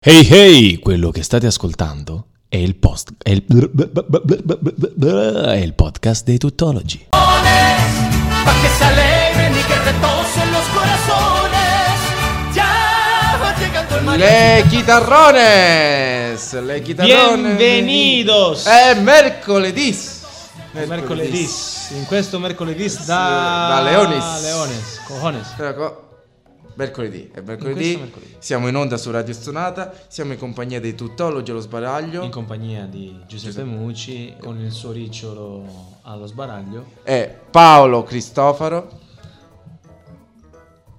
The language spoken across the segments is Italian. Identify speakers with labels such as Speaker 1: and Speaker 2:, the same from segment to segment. Speaker 1: Hey hey, quello che state ascoltando è il, post, è il, è il podcast dei tuttologi.
Speaker 2: para que se alegren y que retosen los corazones. Ya va llegando el mañana.
Speaker 3: Le chitarrones! Le chitarrones!
Speaker 4: Bienvenidos!
Speaker 3: È mercoledì!
Speaker 4: Mercoledì, in questo mercoledì da,
Speaker 3: da Leonis.
Speaker 4: Leones, cojones.
Speaker 3: Però co- Ecco. Mercoledì, è mercoledì.
Speaker 4: questo mercoledì.
Speaker 3: Siamo in onda su Radio Stonata, siamo in compagnia dei tuttologi allo sbaraglio
Speaker 4: In compagnia di Giuseppe Mucci con il suo ricciolo allo sbaraglio,
Speaker 3: e Paolo Cristofaro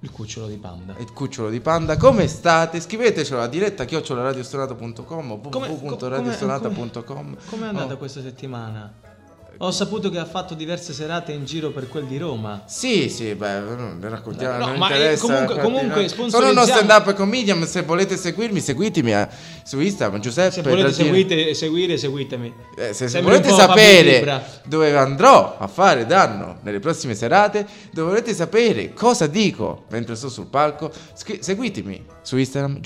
Speaker 4: il cucciolo di panda.
Speaker 3: e il Cucciolo di Panda. Come state? Scrivetecelo a diretta chiocciolaradiostonata.com
Speaker 4: Come-
Speaker 3: www.radiostonata.com
Speaker 4: come- Com'è andata
Speaker 3: Oh.
Speaker 4: questa settimana? Ho saputo che ha fatto diverse serate in giro per quel di Roma.
Speaker 3: Sì, sì, beh, non ne raccontiamo,
Speaker 4: No,
Speaker 3: non
Speaker 4: ma, eh,
Speaker 3: interessa.
Speaker 4: comunque-
Speaker 3: guardi,
Speaker 4: comunque
Speaker 3: no. Sono
Speaker 4: sponsorizziamo-
Speaker 3: uno stand-up comedian, se volete seguirmi, seguitemi a- su Instagram, Giuseppe.
Speaker 4: Se volete
Speaker 3: trattino-
Speaker 4: seguite, seguire, seguitemi.
Speaker 3: Eh, se- se
Speaker 4: Sembri un
Speaker 3: volete
Speaker 4: po' Fabio Libra.
Speaker 3: sapere dove andrò a fare danno nelle prossime serate, dove volete sapere cosa dico mentre sto sul palco, scri- seguitemi su Instagram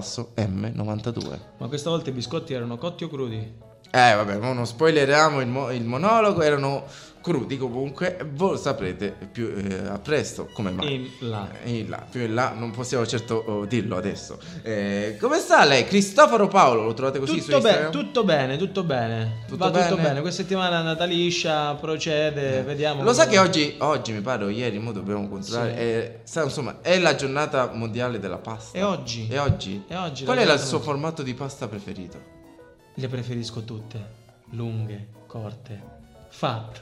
Speaker 3: Giuseppe-M92.
Speaker 4: Ma questa volta i biscotti erano cotti o crudi?
Speaker 3: Eh vabbè, mo non spoileriamo il, mo- il monologo, erano crudi comunque, voi saprete più eh, a presto come mai.
Speaker 4: In là.
Speaker 3: Eh, In là, più in là, non possiamo certo oh, dirlo adesso. Eh, come sta lei? Cristoforo Paolo, lo trovate così su
Speaker 4: Tutto,
Speaker 3: Instagram?
Speaker 4: be- tutto bene, tutto bene.
Speaker 3: Tutto
Speaker 4: Va tutto
Speaker 3: bene? Eh.
Speaker 4: bene. Questa settimana è andata liscia, procede, vediamo.
Speaker 3: Lo sa che oggi, oggi mi pare, o ieri, mo dobbiamo controllare,
Speaker 4: Sì.
Speaker 3: è- sa, insomma, è la giornata mondiale della pasta.
Speaker 4: È oggi.
Speaker 3: È oggi?
Speaker 4: È oggi
Speaker 3: Qual
Speaker 4: la
Speaker 3: è la- il
Speaker 4: giornata
Speaker 3: suo
Speaker 4: mondiale.
Speaker 3: formato di pasta preferito?
Speaker 4: Le preferisco tutte. Lunghe, corte, fat,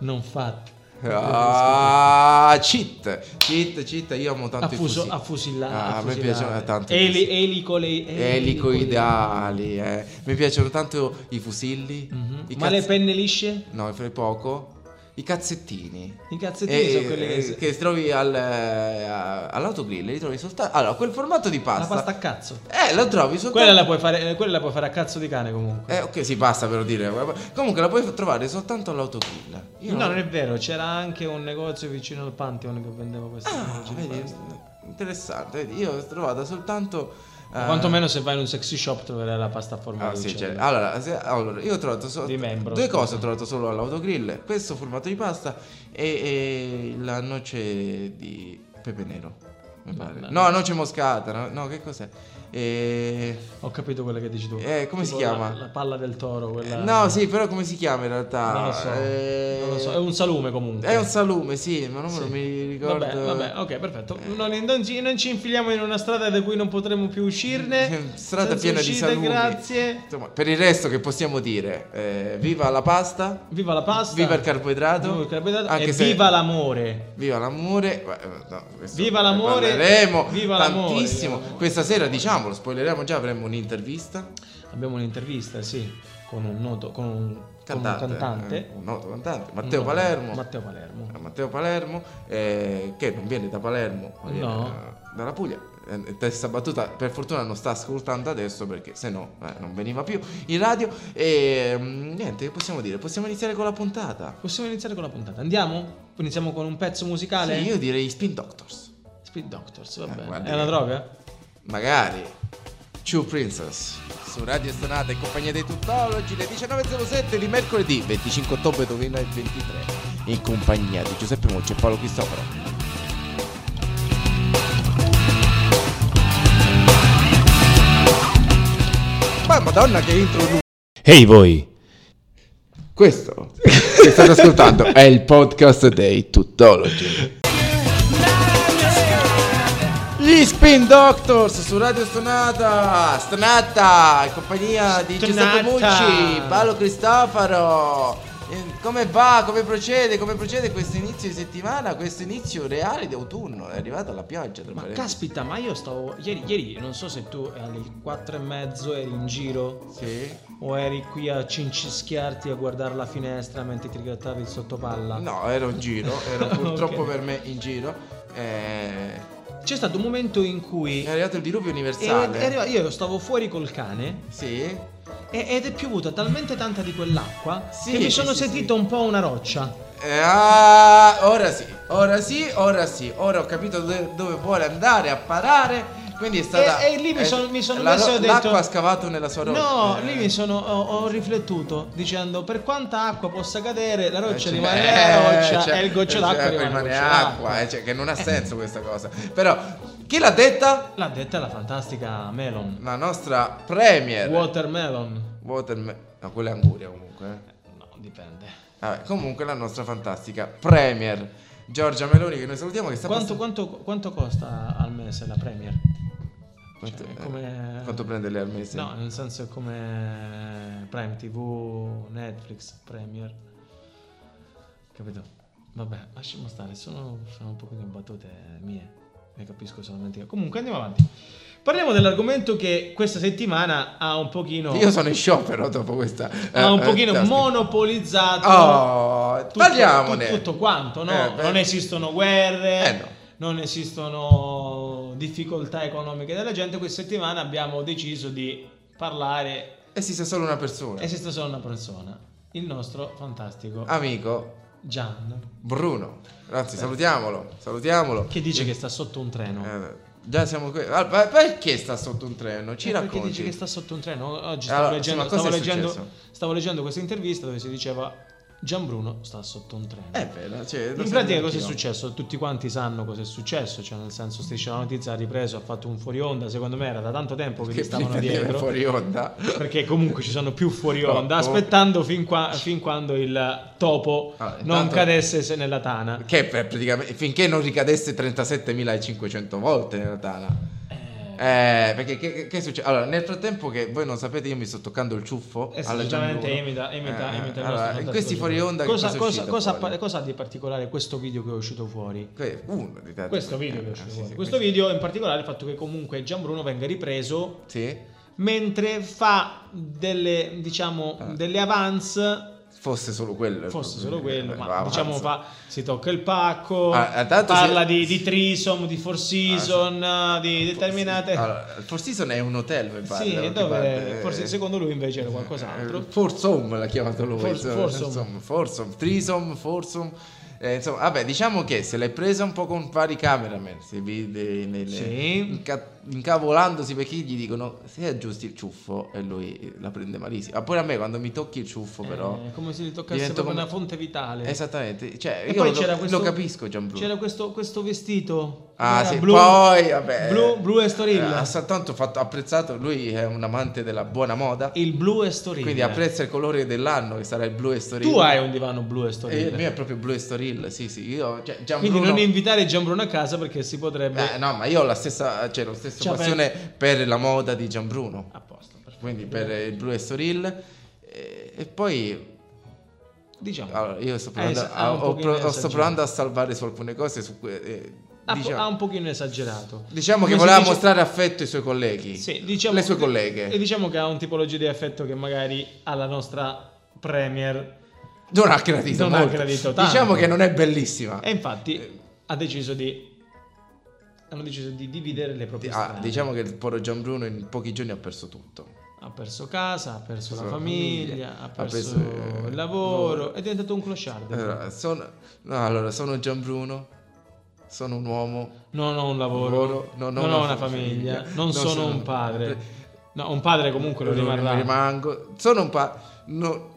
Speaker 4: non fat. Le
Speaker 3: Ah, cheat, cheat, cheat, io amo tanto
Speaker 4: preferisco-
Speaker 3: i fusi-
Speaker 4: Affuso, affusillate.
Speaker 3: Ah, a me
Speaker 4: affusillate.
Speaker 3: piacciono tanto i
Speaker 4: Eli,
Speaker 3: fusi-
Speaker 4: elicole,
Speaker 3: elicoidali, eh. Mi piacciono tanto i fusilli,
Speaker 4: Mhm.
Speaker 3: i
Speaker 4: Ma le
Speaker 3: cazz-
Speaker 4: penne lisce?
Speaker 3: No, fai poco. I cazzettini.
Speaker 4: I cazzettini sono quelli che...
Speaker 3: eh, che trovi al, eh, a- all'autogrill, li trovi soltanto. Allora, quel formato di
Speaker 4: La
Speaker 3: pasta.
Speaker 4: pasta a cazzo.
Speaker 3: Eh, lo trovi soltanto.
Speaker 4: Quella la, puoi fare, eh, quella la puoi fare a cazzo di cane comunque.
Speaker 3: Eh, ok, si passa per dire. Comunque la puoi trovare soltanto all'autogrill. Io
Speaker 4: No, non è vero, c'era anche un negozio vicino al Pantheon che vendeva questa
Speaker 3: Ah,
Speaker 4: tecnologia di
Speaker 3: vedi,
Speaker 4: pasta.
Speaker 3: interessante. vedi, Io l'ho trovata soltanto. eh,
Speaker 4: Ma quantomeno se vai in un sexy shop troverai la pasta a forma
Speaker 3: Ah,
Speaker 4: di
Speaker 3: sì,
Speaker 4: uccello.
Speaker 3: cioè, allora, se- allora, io ho trovato solo
Speaker 4: Di membro,
Speaker 3: due
Speaker 4: scusa.
Speaker 3: cose ho trovato solo all'autogrill, questo formato di pasta e, e la noce di pepe nero, mi pare.
Speaker 4: Vabbè.
Speaker 3: No, noce moscata, no, no, che cos'è? E-
Speaker 4: Ho capito quella che dici tu.
Speaker 3: Eh, come si
Speaker 4: Tipo la-
Speaker 3: chiama? Eh,
Speaker 4: La, palla del toro, quella...
Speaker 3: No, sì, però come si chiama in realtà?
Speaker 4: Non lo so.
Speaker 3: Eh,
Speaker 4: Non lo so, è un salume comunque.
Speaker 3: è un salume, sì, ma non me
Speaker 4: Sì.
Speaker 3: lo mi ricordo. Eh.
Speaker 4: Vabbè, vabbè, ok, perfetto. Non, non ci, non ci infiliamo in una strada da cui non potremo più uscirne.
Speaker 3: Strada
Speaker 4: Senza
Speaker 3: piena di
Speaker 4: uscite,
Speaker 3: salumi.
Speaker 4: Grazie.
Speaker 3: Insomma, per il resto che possiamo dire? Eh, viva la pasta,
Speaker 4: Viva la pasta.
Speaker 3: Viva il carboidrato.
Speaker 4: Viva il carboidrato.
Speaker 3: Anche
Speaker 4: e
Speaker 3: se-
Speaker 4: viva l'amore.
Speaker 3: Viva l'amore, eh, no, questo
Speaker 4: Viva
Speaker 3: ne
Speaker 4: l'amore,
Speaker 3: parleremo
Speaker 4: viva l'amore,
Speaker 3: tantissimo.
Speaker 4: viva l'amore.
Speaker 3: Questa sera, diciamolo, spoileremo già, avremo un'intervista.
Speaker 4: Abbiamo un'intervista, sì, con un noto, con un con un
Speaker 3: Cantante,
Speaker 4: cantante.
Speaker 3: eh, un noto cantante, Matteo
Speaker 4: No,
Speaker 3: Palermo.
Speaker 4: Matteo Palermo.
Speaker 3: Eh, Matteo Palermo, eh, che non viene da Palermo, ma viene
Speaker 4: No.
Speaker 3: eh, dalla Puglia. Eh, Testa battuta, per fortuna non sta ascoltando adesso perché se no eh, non veniva più in radio. E mm, niente, che possiamo dire? Possiamo iniziare con la puntata.
Speaker 4: Possiamo iniziare con la puntata. Andiamo? Iniziamo con un pezzo musicale?
Speaker 3: Sì, io direi Spin Doctors.
Speaker 4: Speed Doctors, va bene.
Speaker 3: guardi
Speaker 4: È una
Speaker 3: che-
Speaker 4: droga?
Speaker 3: Magari. Two Princess. Su Radio Stonata in compagnia dei tuttologi le 19.07 di mercoledì 25 ottobre 2023 in compagnia di Giuseppe Mocci e Paolo Cristoforo. Ma madonna che intro
Speaker 1: Hey voi,
Speaker 3: Questo che state ascoltando è il podcast dei tuttologi. Gli Spin Doctors su Radio Stonata, Stonata, in compagnia di Giuseppe
Speaker 4: Stonata.
Speaker 3: Mucci, Paolo Cristofaro. Eh, Come va? Come procede? Come procede questo inizio di settimana? Questo inizio reale di autunno? È arrivata la pioggia. tra
Speaker 4: Ma
Speaker 3: parentesi.
Speaker 4: caspita, ma io stavo. Ieri, ieri, non so se tu alle 4 e mezzo eri in giro
Speaker 3: Sì.
Speaker 4: o eri qui a cincischiarti a guardare la finestra mentre ti grattavi il sottopalla.
Speaker 3: No, ero in giro, ero
Speaker 4: Ok.
Speaker 3: purtroppo per me in giro. Eh,
Speaker 4: C'è stato un momento in cui.
Speaker 3: è arrivato il diluvio
Speaker 4: e-
Speaker 3: universale.
Speaker 4: e arriva- io stavo fuori col cane
Speaker 3: Sì.
Speaker 4: e- ed è piovuta talmente tanta di quell'acqua
Speaker 3: Sì,
Speaker 4: che mi sono
Speaker 3: sì, sì,
Speaker 4: sentito un po' una roccia.
Speaker 3: Eh, ah, ora sì, ora sì, ora sì, ora ho capito do- dove vuole andare a parare Quindi è stata.
Speaker 4: E- e lì mi
Speaker 3: è-
Speaker 4: sono- mi sono
Speaker 3: la-
Speaker 4: messo e ho detto-
Speaker 3: L'acqua ha scavato nella sua roccia.
Speaker 4: No,
Speaker 3: Eh.
Speaker 4: lì mi sono, ho, ho riflettuto dicendo per quanta acqua possa cadere, la
Speaker 3: Eh,
Speaker 4: roccia
Speaker 3: cioè,
Speaker 4: rimane
Speaker 3: eh,
Speaker 4: la roccia
Speaker 3: cioè,
Speaker 4: e il
Speaker 3: cioè,
Speaker 4: goccio d'acqua rimane,
Speaker 3: rimane
Speaker 4: la goccia
Speaker 3: acqua, eh, cioè, che non ha senso questa cosa. Però chi l'ha detta?
Speaker 4: L'ha detta la fantastica Melon.
Speaker 3: La nostra premier.
Speaker 4: Watermelon.
Speaker 3: Waterme- No, quella è Anguria comunque. eh.
Speaker 4: No, dipende.
Speaker 3: Vabbè, comunque la nostra fantastica premier Giorgia Meloni che noi salutiamo che sta
Speaker 4: Quanto,
Speaker 3: passando-
Speaker 4: quanto, quanto costa al mese la Premier?
Speaker 3: Quanto,
Speaker 4: cioè,
Speaker 3: eh,
Speaker 4: come-
Speaker 3: quanto prende lei al mese?
Speaker 4: No, nel senso è come Prime TV, Netflix, Premier. Capito? Vabbè, lasciamo stare, sono, sono un po' di battute mie, ne capisco solamente io. Comunque andiamo avanti. Parliamo dell'argomento che questa settimana ha un pochino,
Speaker 3: Io sono in shock però dopo questa.
Speaker 4: ha un
Speaker 3: eh,
Speaker 4: pochino
Speaker 3: tasca.
Speaker 4: monopolizzato
Speaker 3: Oh,
Speaker 4: tutto,
Speaker 3: parliamone.
Speaker 4: tu- tutto quanto, no?
Speaker 3: Eh, beh.
Speaker 4: non esistono guerre,
Speaker 3: Eh, no.
Speaker 4: non esistono difficoltà economiche della gente. Questa settimana abbiamo deciso di parlare.
Speaker 3: Esiste solo una persona.
Speaker 4: Esiste solo una persona, il nostro fantastico
Speaker 3: Ah. Amico
Speaker 4: Gian,
Speaker 3: Bruno. Anzi, salutiamolo. Salutiamolo.
Speaker 4: che dice che sta sotto un treno. Ecco,
Speaker 3: Eh, già siamo qui. Ah, ma perché sta sotto un treno? Ci
Speaker 4: Eh, perché
Speaker 3: racconti.
Speaker 4: dice che sta sotto un treno? Oggi stavo,
Speaker 3: Allora,
Speaker 4: leggendo,
Speaker 3: insomma, cosa
Speaker 4: stavo,
Speaker 3: è
Speaker 4: leggendo,
Speaker 3: successo?
Speaker 4: stavo leggendo questa intervista dove si diceva Gian Bruno sta sotto un treno.
Speaker 3: È vero, cioè, lo
Speaker 4: In
Speaker 3: sento
Speaker 4: pratica cosa
Speaker 3: anch'io.
Speaker 4: è successo? Tutti quanti sanno cosa è successo, cioè nel senso Striscia la notizia ha ripreso, ha fatto un fuori onda, secondo me era da tanto tempo che,
Speaker 3: Che
Speaker 4: gli stavano
Speaker 3: prima era
Speaker 4: dietro,
Speaker 3: fuori onda.
Speaker 4: perché comunque ci sono più fuori
Speaker 3: No,
Speaker 4: onda,
Speaker 3: comunque-
Speaker 4: aspettando fin, qua- fin quando il topo
Speaker 3: Ah, intanto-
Speaker 4: non cadesse se- nella tana.
Speaker 3: Che per- praticamente finché non ricadesse 37.500 volte nella tana. Eh, perché che, che- che succede? Allora, nel frattempo che voi non sapete, io mi sto toccando il ciuffo.
Speaker 4: Eh sì,
Speaker 3: alla
Speaker 4: Giustamente
Speaker 3: Gianluca.
Speaker 4: imita, imita,
Speaker 3: Eh,
Speaker 4: imita il nostro
Speaker 3: allora, in
Speaker 4: fantastico
Speaker 3: questi fuori
Speaker 4: Gianluca.
Speaker 3: onda
Speaker 4: cosa,
Speaker 3: che
Speaker 4: cosa-
Speaker 3: cosa, è uscito
Speaker 4: cosa
Speaker 3: fuori?
Speaker 4: appa- cosa ha di particolare questo video che è uscito fuori?
Speaker 3: Que- uno di tanti.
Speaker 4: Questo video che è
Speaker 3: Eh,
Speaker 4: uscito
Speaker 3: sì,
Speaker 4: fuori.
Speaker 3: sì,
Speaker 4: questo video in particolare il fatto che comunque Gianbruno venga ripreso
Speaker 3: Sì.
Speaker 4: mentre fa delle, diciamo,
Speaker 3: Ah.
Speaker 4: delle avance,
Speaker 3: Fosse solo quello.
Speaker 4: forse
Speaker 3: Eh, Ah,
Speaker 4: solo quello, ma
Speaker 3: avanza.
Speaker 4: diciamo fa, si tocca il pacco,
Speaker 3: Ah, eh, tanto
Speaker 4: parla
Speaker 3: si-
Speaker 4: di, di Trisom, di Four Season, eh, di determinate...
Speaker 3: Allora, il Four Season è un hotel, mi pare.
Speaker 4: sì,
Speaker 3: da qualche
Speaker 4: dove
Speaker 3: parte.
Speaker 4: forse secondo lui invece era qualcos'altro.
Speaker 3: Eh, Forsom l'ha chiamato lui.
Speaker 4: For-
Speaker 3: insomma,
Speaker 4: Forsom.
Speaker 3: Insomma, Forsom, Trisom, Forsom. Eh, insomma, vabbè, diciamo che se l'hai presa un po' con vari cameraman, si vide nelle-
Speaker 4: Sì.
Speaker 3: inca- incavolandosi perché gli dicono se aggiusti il ciuffo e lui eh, la prende malissimo. Ma pure a me quando mi tocchi il ciuffo però...
Speaker 4: Eh, come se gli toccasse
Speaker 3: divento
Speaker 4: proprio
Speaker 3: come-
Speaker 4: una fonte vitale.
Speaker 3: Esattamente, cioè,
Speaker 4: E
Speaker 3: io
Speaker 4: poi
Speaker 3: lo,
Speaker 4: c'era
Speaker 3: lo
Speaker 4: questo,
Speaker 3: capisco Gianbruno.
Speaker 4: C'era questo, questo vestito.
Speaker 3: Ah,
Speaker 4: era
Speaker 3: sì,
Speaker 4: blu,
Speaker 3: poi vabbè.
Speaker 4: Blu, blu e storilla.
Speaker 3: Eh, Ha soltanto fatto apprezzato, lui è un amante della buona moda.
Speaker 4: il blu e storilla.
Speaker 3: Quindi apprezza il colore dell'anno che sarà il blu e storilla.
Speaker 4: Tu hai un divano blu e
Speaker 3: Eh,
Speaker 4: storilla.
Speaker 3: il mio è proprio blu e storilla, sì, sì. Io, cioè,
Speaker 4: Quindi
Speaker 3: Gianbruno...
Speaker 4: non invitare Gianbruno a casa perché si potrebbe...
Speaker 3: Eh, no, ma io ho la stessa, cioè, la stessa
Speaker 4: Cioè, Ah.
Speaker 3: passione per la moda di Gianbruno.
Speaker 4: A posto, perfetto.
Speaker 3: Quindi per il blu e storil. E, e poi
Speaker 4: Diciamo.
Speaker 3: allora, io sto
Speaker 4: Eh,
Speaker 3: provando,
Speaker 4: sa-
Speaker 3: a,
Speaker 4: ha un
Speaker 3: ho
Speaker 4: pochino
Speaker 3: pro- ho- sto
Speaker 4: esagerato.
Speaker 3: provando a salvare su alcune cose. Su cui, eh,
Speaker 4: Ha,
Speaker 3: diciamo,
Speaker 4: ha un pochino esagerato.
Speaker 3: diciamo che
Speaker 4: Come si
Speaker 3: voleva
Speaker 4: dice-
Speaker 3: mostrare affetto ai suoi colleghi.
Speaker 4: Sì, diciamo-
Speaker 3: le sue colleghe.
Speaker 4: E diciamo che ha un tipologia di affetto che magari alla nostra Premier.
Speaker 3: non ha gradito
Speaker 4: Non ha
Speaker 3: molto.
Speaker 4: gradito tanto.
Speaker 3: Diciamo che non è bellissima.
Speaker 4: E infatti ha deciso di. Hanno deciso di dividere le proprie
Speaker 3: Ah,
Speaker 4: strade.
Speaker 3: diciamo che il povero Gianbruno in pochi giorni ha perso tutto.
Speaker 4: Ha perso casa, ha perso la
Speaker 3: Sua
Speaker 4: famiglia, ha perso,
Speaker 3: eh,
Speaker 4: il lavoro. È diventato un clochard.
Speaker 3: Allora, sono, no, allora, sono Gianbruno, sono un uomo,
Speaker 4: non ho un lavoro,
Speaker 3: Lavoro,
Speaker 4: non, ho una famiglia, non, sono, un padre. No, un padre comunque lo
Speaker 3: non
Speaker 4: rimarrà.
Speaker 3: rimango, sono un padre, non,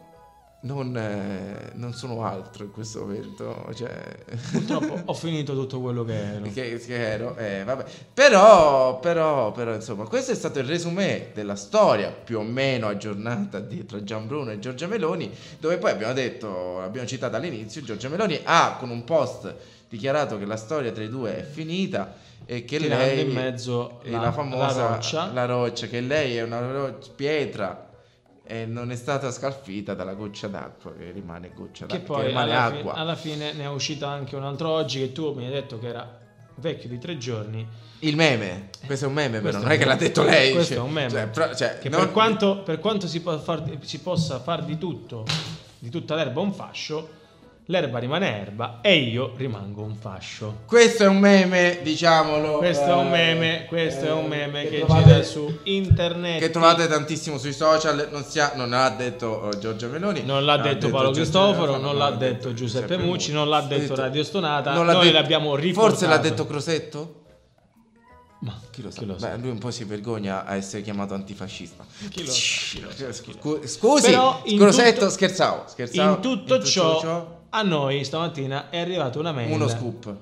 Speaker 3: eh, non sono altro in questo momento, cioè,
Speaker 4: Purtroppo ho finito tutto quello che ero.
Speaker 3: che, che ero, eh, vabbè. Però, però, però, insomma, questo è stato il resumé della storia più o meno aggiornata di, tra Gianbruno e Giorgia Meloni, dove poi abbiamo detto, abbiamo citato all'inizio, Giorgia Meloni ha con un post dichiarato che la storia tra i due è finita e che
Speaker 4: Tirando
Speaker 3: lei
Speaker 4: in mezzo
Speaker 3: è
Speaker 4: la- la roccia.
Speaker 3: la roccia, che lei è una ro- pietra e non è stata scalfita dalla goccia d'acqua che rimane goccia d'acqua
Speaker 4: Che
Speaker 3: che
Speaker 4: poi
Speaker 3: rimane
Speaker 4: alla, fi-
Speaker 3: acqua
Speaker 4: alla fine ne è uscita anche un altro oggi che tu mi hai detto che era vecchio di tre giorni.
Speaker 3: Il meme, questo è un meme, però
Speaker 4: Questo
Speaker 3: non è che l'ha detto lei.
Speaker 4: Questo
Speaker 3: cioè,
Speaker 4: è un meme.
Speaker 3: cioè, pro- cioè,
Speaker 4: che
Speaker 3: non-
Speaker 4: per, quanto, per quanto si, può far di- si possa far di tutto, di tutta l'erba un fascio, l'erba rimane erba e io rimango un fascio.
Speaker 3: Questo è un meme, diciamolo.
Speaker 4: Questo è un
Speaker 3: eh,
Speaker 4: meme, questo è un
Speaker 3: eh,
Speaker 4: meme che,
Speaker 3: trovate-
Speaker 4: gira su internet.
Speaker 3: Che trovate tantissimo sui social. Non, sia, non l'ha detto eh, Giorgia Meloni.
Speaker 4: Non l'ha detto Paolo
Speaker 3: Giorgio
Speaker 4: Cristoforo,
Speaker 3: Meloni,
Speaker 4: non l'ha detto Giuseppe Mucci, non l'ha detto Radio Stonata,
Speaker 3: non l'ha
Speaker 4: noi
Speaker 3: detto-
Speaker 4: l'abbiamo
Speaker 3: Forse l'ha
Speaker 4: riportato.
Speaker 3: detto Crosetto?
Speaker 4: Ma
Speaker 3: Chi lo sa?
Speaker 4: Chi lo sa?
Speaker 3: Beh, lui un po' si vergogna a essere chiamato antifascista.
Speaker 4: Chi lo sa? Chi lo sa? Chi lo sa?
Speaker 3: Scu- scusi,
Speaker 4: Però in
Speaker 3: Scrosetto,
Speaker 4: tutto-
Speaker 3: scherzavo, scherzavo.
Speaker 4: In tutto ciò, a noi stamattina è arrivata una mail.
Speaker 3: uno scoop.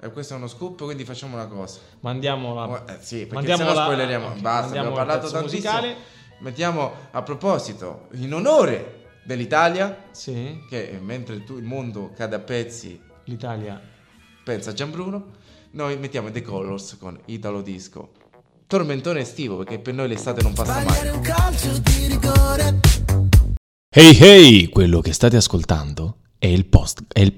Speaker 3: E questo è uno scoop, quindi facciamo una cosa.
Speaker 4: Mandiamola.
Speaker 3: Eh, sì, perché
Speaker 4: mandiamola-
Speaker 3: sennò spoileriamo.
Speaker 4: ok,
Speaker 3: Basta,
Speaker 4: mandiamo
Speaker 3: abbiamo
Speaker 4: il
Speaker 3: parlato
Speaker 4: pezzo
Speaker 3: tantissimo.
Speaker 4: musicale.
Speaker 3: Mettiamo a proposito, in onore dell'Italia,
Speaker 4: Sì,
Speaker 3: che eh, mentre tu- il mondo cade a pezzi,
Speaker 4: l'Italia.
Speaker 3: pensa a Gianbruno, noi mettiamo The Colors con Italo Disco. Tormentone estivo, perché per noi l'estate non passa mai.
Speaker 5: Sbagliare un calcio di rigore
Speaker 1: Hey hey, quello che state ascoltando è il post è il,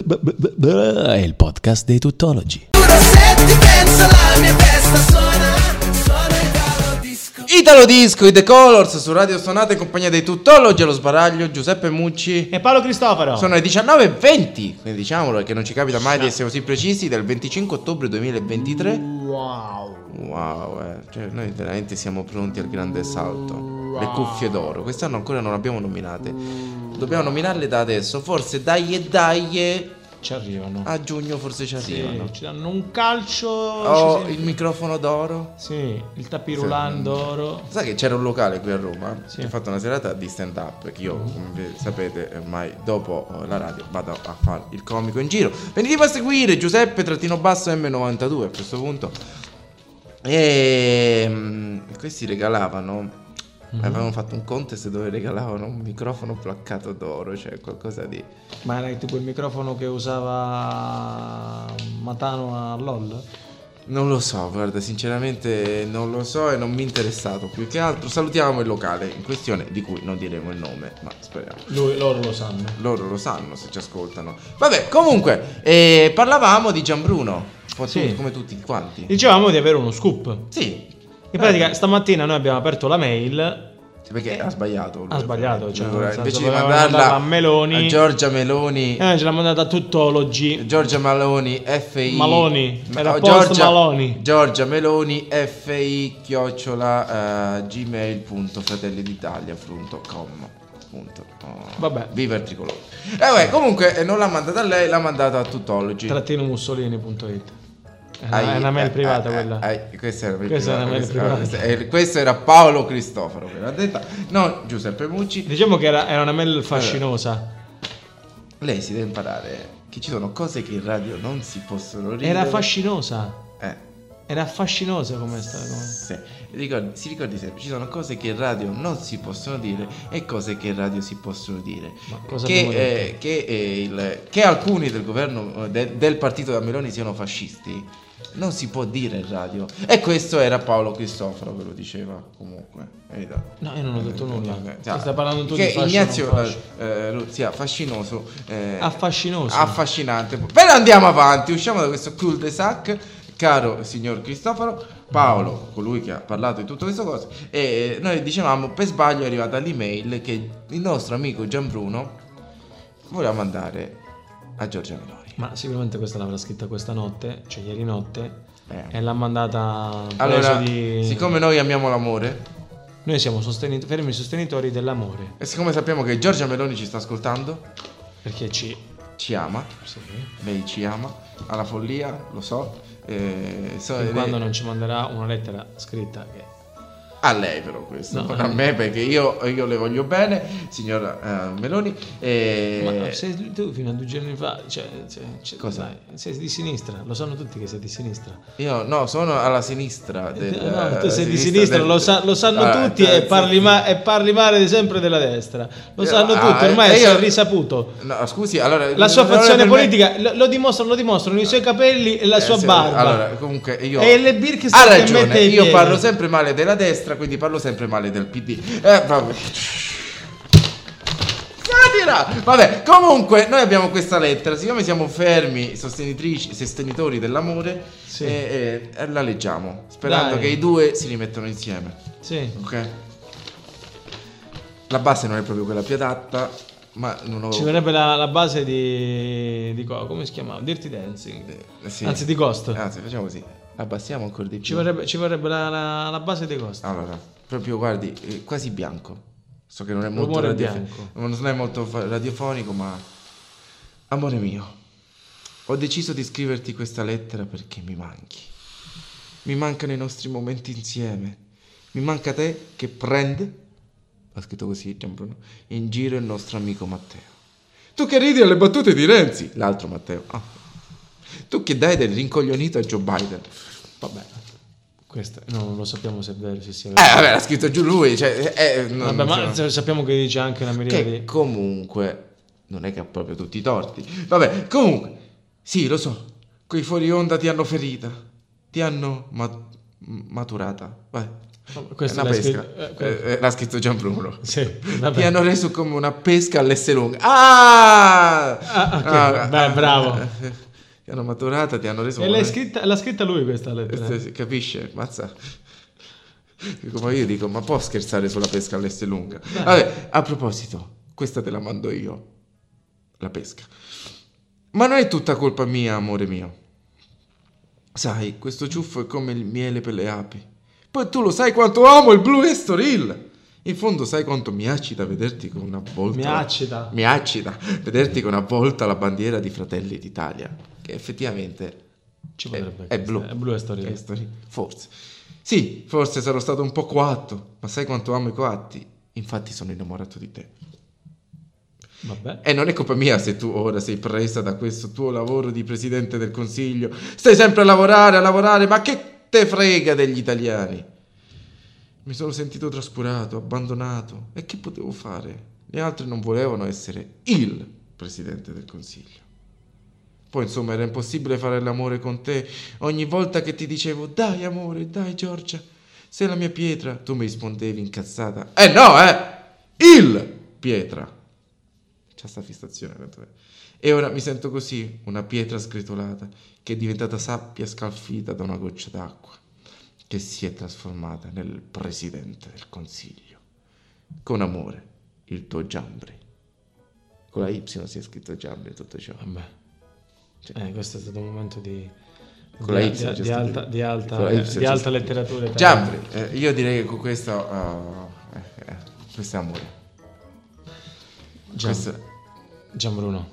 Speaker 1: è il podcast dei tuttologi.
Speaker 5: Giuro se ti penso la mia testa suona Suona il calo disco
Speaker 3: Italo Disco, i The Colors su Radio Sonata in compagnia dei tuttologi allo sbaraglio, Giuseppe Mucci.
Speaker 4: E Paolo Cristoforo.
Speaker 3: Sono le 19.20, quindi diciamolo che non ci capita mai di essere così precisi, del 25 ottobre 2023.
Speaker 4: Wow.
Speaker 3: Wow, eh, cioè noi veramente siamo pronti al grande salto. Le cuffie d'oro, quest'anno ancora non le abbiamo nominate. Dobbiamo nominarle da adesso, forse dai e dai e
Speaker 4: Ci arrivano.
Speaker 3: a giugno forse ci
Speaker 4: Sì,
Speaker 3: arrivano.
Speaker 4: Ci danno un calcio.
Speaker 3: Oh,
Speaker 4: ci
Speaker 3: il
Speaker 4: si-
Speaker 3: microfono d'oro.
Speaker 4: Sì, il tapirulando oro.
Speaker 3: Sai che c'era un locale qui a Roma
Speaker 4: Sì.
Speaker 3: che ha fatto una serata di stand up perché io come sapete ormai dopo eh, la radio vado a fare il comico in giro venite a seguire Giuseppe trattino basso M92 a questo punto e mm, questi regalavano avevano fatto un contest dove regalavano un microfono placcato d'oro cioè qualcosa di
Speaker 4: Ma era tipo il microfono che usava Matano a LOL?
Speaker 3: non lo so guarda sinceramente non lo so e non mi è interessato più che altro salutiamo il locale in questione di cui non diremo il nome ma speriamo
Speaker 4: Lui, loro lo sanno.
Speaker 3: Loro lo sanno se ci ascoltano. Vabbè, comunque, eh, parlavamo di Gianbruno, un po' tu-
Speaker 4: Sì.
Speaker 3: come tutti quanti.
Speaker 4: Dicevamo di avere uno scoop.
Speaker 3: Sì. Eh,
Speaker 4: In pratica, stamattina noi abbiamo aperto la mail.
Speaker 3: Sì, perché ha sbagliato. lui.
Speaker 4: ha sbagliato, cioè,
Speaker 3: Lui,
Speaker 4: nel senso,
Speaker 3: invece di
Speaker 4: voleva
Speaker 3: mandarla
Speaker 4: mandarla a Meloni.
Speaker 3: a Giorgia Meloni,
Speaker 4: Eh, ce l'ha mandata tuttologi.
Speaker 3: Giorgia Maloni, FI.
Speaker 4: Maloni,
Speaker 3: Ma-
Speaker 4: era
Speaker 3: oh,
Speaker 4: post Maloni.
Speaker 3: Giorgia Meloni, FI, chiocciola, eh, gmail.fratelliditalia.com. Punto. Oh.
Speaker 4: Vabbè.
Speaker 3: Viva il tricolore. Eh, vabbè, comunque, eh, non l'ha mandata a lei, l'ha mandata a Tuttologi.
Speaker 4: Trattino mussolini.it. È una-
Speaker 3: Ai-
Speaker 4: È una mail
Speaker 3: ai-
Speaker 4: privata
Speaker 3: ai-
Speaker 4: quella.
Speaker 3: ai- eh, questa era,
Speaker 4: Questa
Speaker 3: privata,
Speaker 4: era mail
Speaker 3: questa era-
Speaker 4: privata.
Speaker 3: questa- eh, questo era Paolo Cristoforo che l'ha detta. No, Giuseppe Mucci.
Speaker 4: Diciamo che era, era una mail fascinosa.
Speaker 3: Lei si deve imparare che ci sono cose che in radio non si possono ridere.
Speaker 4: Era fascinosa.
Speaker 3: Eh,
Speaker 4: Era affascinosa come sta. Come...
Speaker 3: sì. Ricordi- si ricordi sempre, ci sono cose che in radio non si possono dire e cose che in radio si possono dire.
Speaker 4: Ma cosa
Speaker 3: che,
Speaker 4: abbiamo
Speaker 3: eh,
Speaker 4: detto?
Speaker 3: che, eh, il- che alcuni del governo eh, de- del partito da Meloni siano fascisti non si può dire in radio. E questo era Paolo Cristoforo che lo diceva comunque. verità.
Speaker 4: No, io non ho detto nulla.
Speaker 3: Eh,
Speaker 4: Tu stai parlando tu
Speaker 3: che
Speaker 4: di fascio,
Speaker 3: Ignazio
Speaker 4: non fascio.
Speaker 3: eh, eh, sia fascinoso, eh,
Speaker 4: Affascinoso.
Speaker 3: affascinante. Però andiamo avanti, usciamo da questo cul de sac, caro signor Cristoforo. Paolo, colui che ha parlato di tutto questo cosa, e eh, noi dicevamo per sbaglio è arrivata l'email che il nostro amico Gianbruno voleva mandare a Giorgia Meloni.
Speaker 4: Ma sicuramente questa l'avrà scritta questa notte, cioè ieri notte.
Speaker 3: Eh.
Speaker 4: E l'ha mandata
Speaker 3: Allora,
Speaker 4: preso di...
Speaker 3: siccome noi amiamo l'amore
Speaker 4: Noi siamo sostenit- fermi sostenitori dell'amore.
Speaker 3: e siccome sappiamo che Giorgia Meloni ci sta ascoltando,
Speaker 4: Perché ci...
Speaker 3: ci ama,
Speaker 4: Sì.
Speaker 3: lei ci ama alla follia, lo so. eh, so-
Speaker 4: Fin
Speaker 3: eh,
Speaker 4: quando non ci manderà una lettera scritta che...
Speaker 3: A lei però questo,
Speaker 4: No,
Speaker 3: non
Speaker 4: a
Speaker 3: a
Speaker 4: me.
Speaker 3: me perché io, io le voglio bene, signora eh, Meloni. eh,
Speaker 4: Ma se tu fino a due giorni fa... Cioè, cioè, cioè,
Speaker 3: Cosa?
Speaker 4: dai, sei di sinistra, lo sanno tutti che sei di sinistra.
Speaker 3: Io no, sono alla sinistra. del-
Speaker 4: Eh, No, tu sei di
Speaker 3: Eh, sinistra
Speaker 4: sinistra,
Speaker 3: del-
Speaker 4: lo, sa- lo sanno
Speaker 3: Ah,
Speaker 4: tutti
Speaker 3: cioè,
Speaker 4: e parli, ma- e parli male sempre della destra. Lo
Speaker 3: Eh,
Speaker 4: sanno
Speaker 3: ah,
Speaker 4: tutti,
Speaker 3: eh,
Speaker 4: ormai
Speaker 3: eh,
Speaker 4: si è
Speaker 3: io- Eh,
Speaker 4: risaputo.
Speaker 3: No, scusi, allora...
Speaker 4: La sua
Speaker 3: non è
Speaker 4: fazione
Speaker 3: per me-
Speaker 4: politica lo, lo dimostrano, lo dimostrano i suoi capelli e la
Speaker 3: Eh,
Speaker 4: sua
Speaker 3: sì,
Speaker 4: barba.
Speaker 3: Allora, comunque io...
Speaker 4: E le birche
Speaker 3: Ha
Speaker 4: che
Speaker 3: ragione,
Speaker 4: mette ai
Speaker 3: io
Speaker 4: piedi.
Speaker 3: parlo sempre male della destra, quindi parlo sempre male del PD. Eh, vabbè. Satira! Vabbè, comunque noi abbiamo questa lettera, siccome siamo fermi sostenitrici, sostenitori dell'amore,
Speaker 4: Sì.
Speaker 3: eh, eh, la leggiamo, sperando
Speaker 4: Dai.
Speaker 3: che i due si rimettano insieme,
Speaker 4: Sì.
Speaker 3: ok? La base non è proprio quella più adatta, ma non
Speaker 4: Ci
Speaker 3: avevo...
Speaker 4: vorrebbe la, la base di, di co- come si chiamava? Dirty Dancing.
Speaker 3: eh, sì.
Speaker 4: Anzi, di Ghost.
Speaker 3: Anzi, facciamo così, abbassiamo ancora di più.
Speaker 4: Ci vorrebbe, ci vorrebbe la, la- la base di Ghost.
Speaker 3: Allora, proprio guardi, eh, quasi bianco. So che non è molto,
Speaker 4: Rumore
Speaker 3: radiofo-
Speaker 4: bianco.
Speaker 3: non è molto fa- radiofonico, ma... Amore mio, ho deciso di scriverti questa lettera perché mi manchi. Mi mancano i nostri momenti insieme. Mi manca te che prende, ha scritto così Gianbruno, in giro il nostro amico Matteo. Tu che ridi alle battute di Renzi, l'altro Matteo. Ah. Tu che dai del rincoglionito a Joe Biden.
Speaker 4: Vabbè, questo no, non lo sappiamo se è vero, se sia
Speaker 3: Eh,
Speaker 4: vero.
Speaker 3: vabbè, l'ha scritto giù lui. Cioè, eh, non-
Speaker 4: Vabbè, ma
Speaker 3: insomma.
Speaker 4: sappiamo che dice anche una miriade
Speaker 3: Che
Speaker 4: di...
Speaker 3: comunque non è che ha proprio tutti i torti. Vabbè, comunque, sì, lo so, quei fuori onda ti hanno ferita, ti hanno ma- maturata. Vai.
Speaker 4: Oh, Questo
Speaker 3: è una
Speaker 4: l'ha
Speaker 3: pesca.
Speaker 4: scritto- eh, quello-
Speaker 3: Eh, eh, l'ha scritto Gianbruno.
Speaker 4: Sì,
Speaker 3: Ti
Speaker 4: vabbè.
Speaker 3: hanno reso come una pesca all'esse lunga. Ah!
Speaker 4: Ah, ok, beh, bravo.
Speaker 3: Ti hanno maturata, ti hanno reso
Speaker 4: E
Speaker 3: come
Speaker 4: l'hai
Speaker 3: una-
Speaker 4: scritta, l'ha scritta lui questa lettera.
Speaker 3: eh, sì, Capisce? Mazza. Dico, ma io dico, ma può scherzare sulla pesca all'este lunga? Vabbè, a proposito, questa te la mando io. La pesca. Ma non è tutta colpa mia, amore mio. Sai, questo ciuffo è come il miele per le api. Poi tu lo sai quanto amo il blu Estoril. In fondo sai quanto mi accita vederti con una volta...
Speaker 4: Mi accita.
Speaker 3: Mi accita vederti con una volta la bandiera di Fratelli d'Italia. Che effettivamente
Speaker 4: Ci potrebbe
Speaker 3: Eh, è, è
Speaker 4: questa-
Speaker 3: blu.
Speaker 4: È blu è storia.
Speaker 3: È storia. Forse. Sì, forse sarò stato un po' coatto, ma sai quanto amo i coatti? Infatti sono innamorato di te.
Speaker 4: Vabbè.
Speaker 3: E non è colpa mia se tu ora sei presa da questo tuo lavoro di presidente del consiglio. Stai sempre a lavorare, a lavorare, ma che te frega degli italiani? Mi sono sentito trascurato, abbandonato. E che potevo fare? Gli altri non volevano essere il presidente del consiglio. Poi insomma era impossibile fare l'amore con te. Ogni volta che ti dicevo dai amore, dai Giorgia, sei la mia pietra, tu mi rispondevi incazzata. Eh no, eh! Il pietra. C'è sta fissazione con te. E ora mi sento così, una pietra scritolata, che è diventata sappia scalfita da una goccia d'acqua, che si è trasformata nel presidente del consiglio. Con amore, il tuo Giambri. Con la Y si è scritto Giambri tutto ciò. Cioè,
Speaker 4: Vabbè. Eh, questo è stato un momento di...
Speaker 3: Con la
Speaker 4: di-
Speaker 3: Y,
Speaker 4: di-
Speaker 3: c'è
Speaker 4: di,
Speaker 3: scritto.
Speaker 4: alta, di, alta,
Speaker 3: Con la Y,
Speaker 4: di
Speaker 3: c'è
Speaker 4: alta
Speaker 3: scritto.
Speaker 4: letteratura italiana.
Speaker 3: Giambri, eh, io direi che con questo... eh, eh, questo è amore.
Speaker 4: Gian-
Speaker 3: Questo-
Speaker 4: Gianbruno.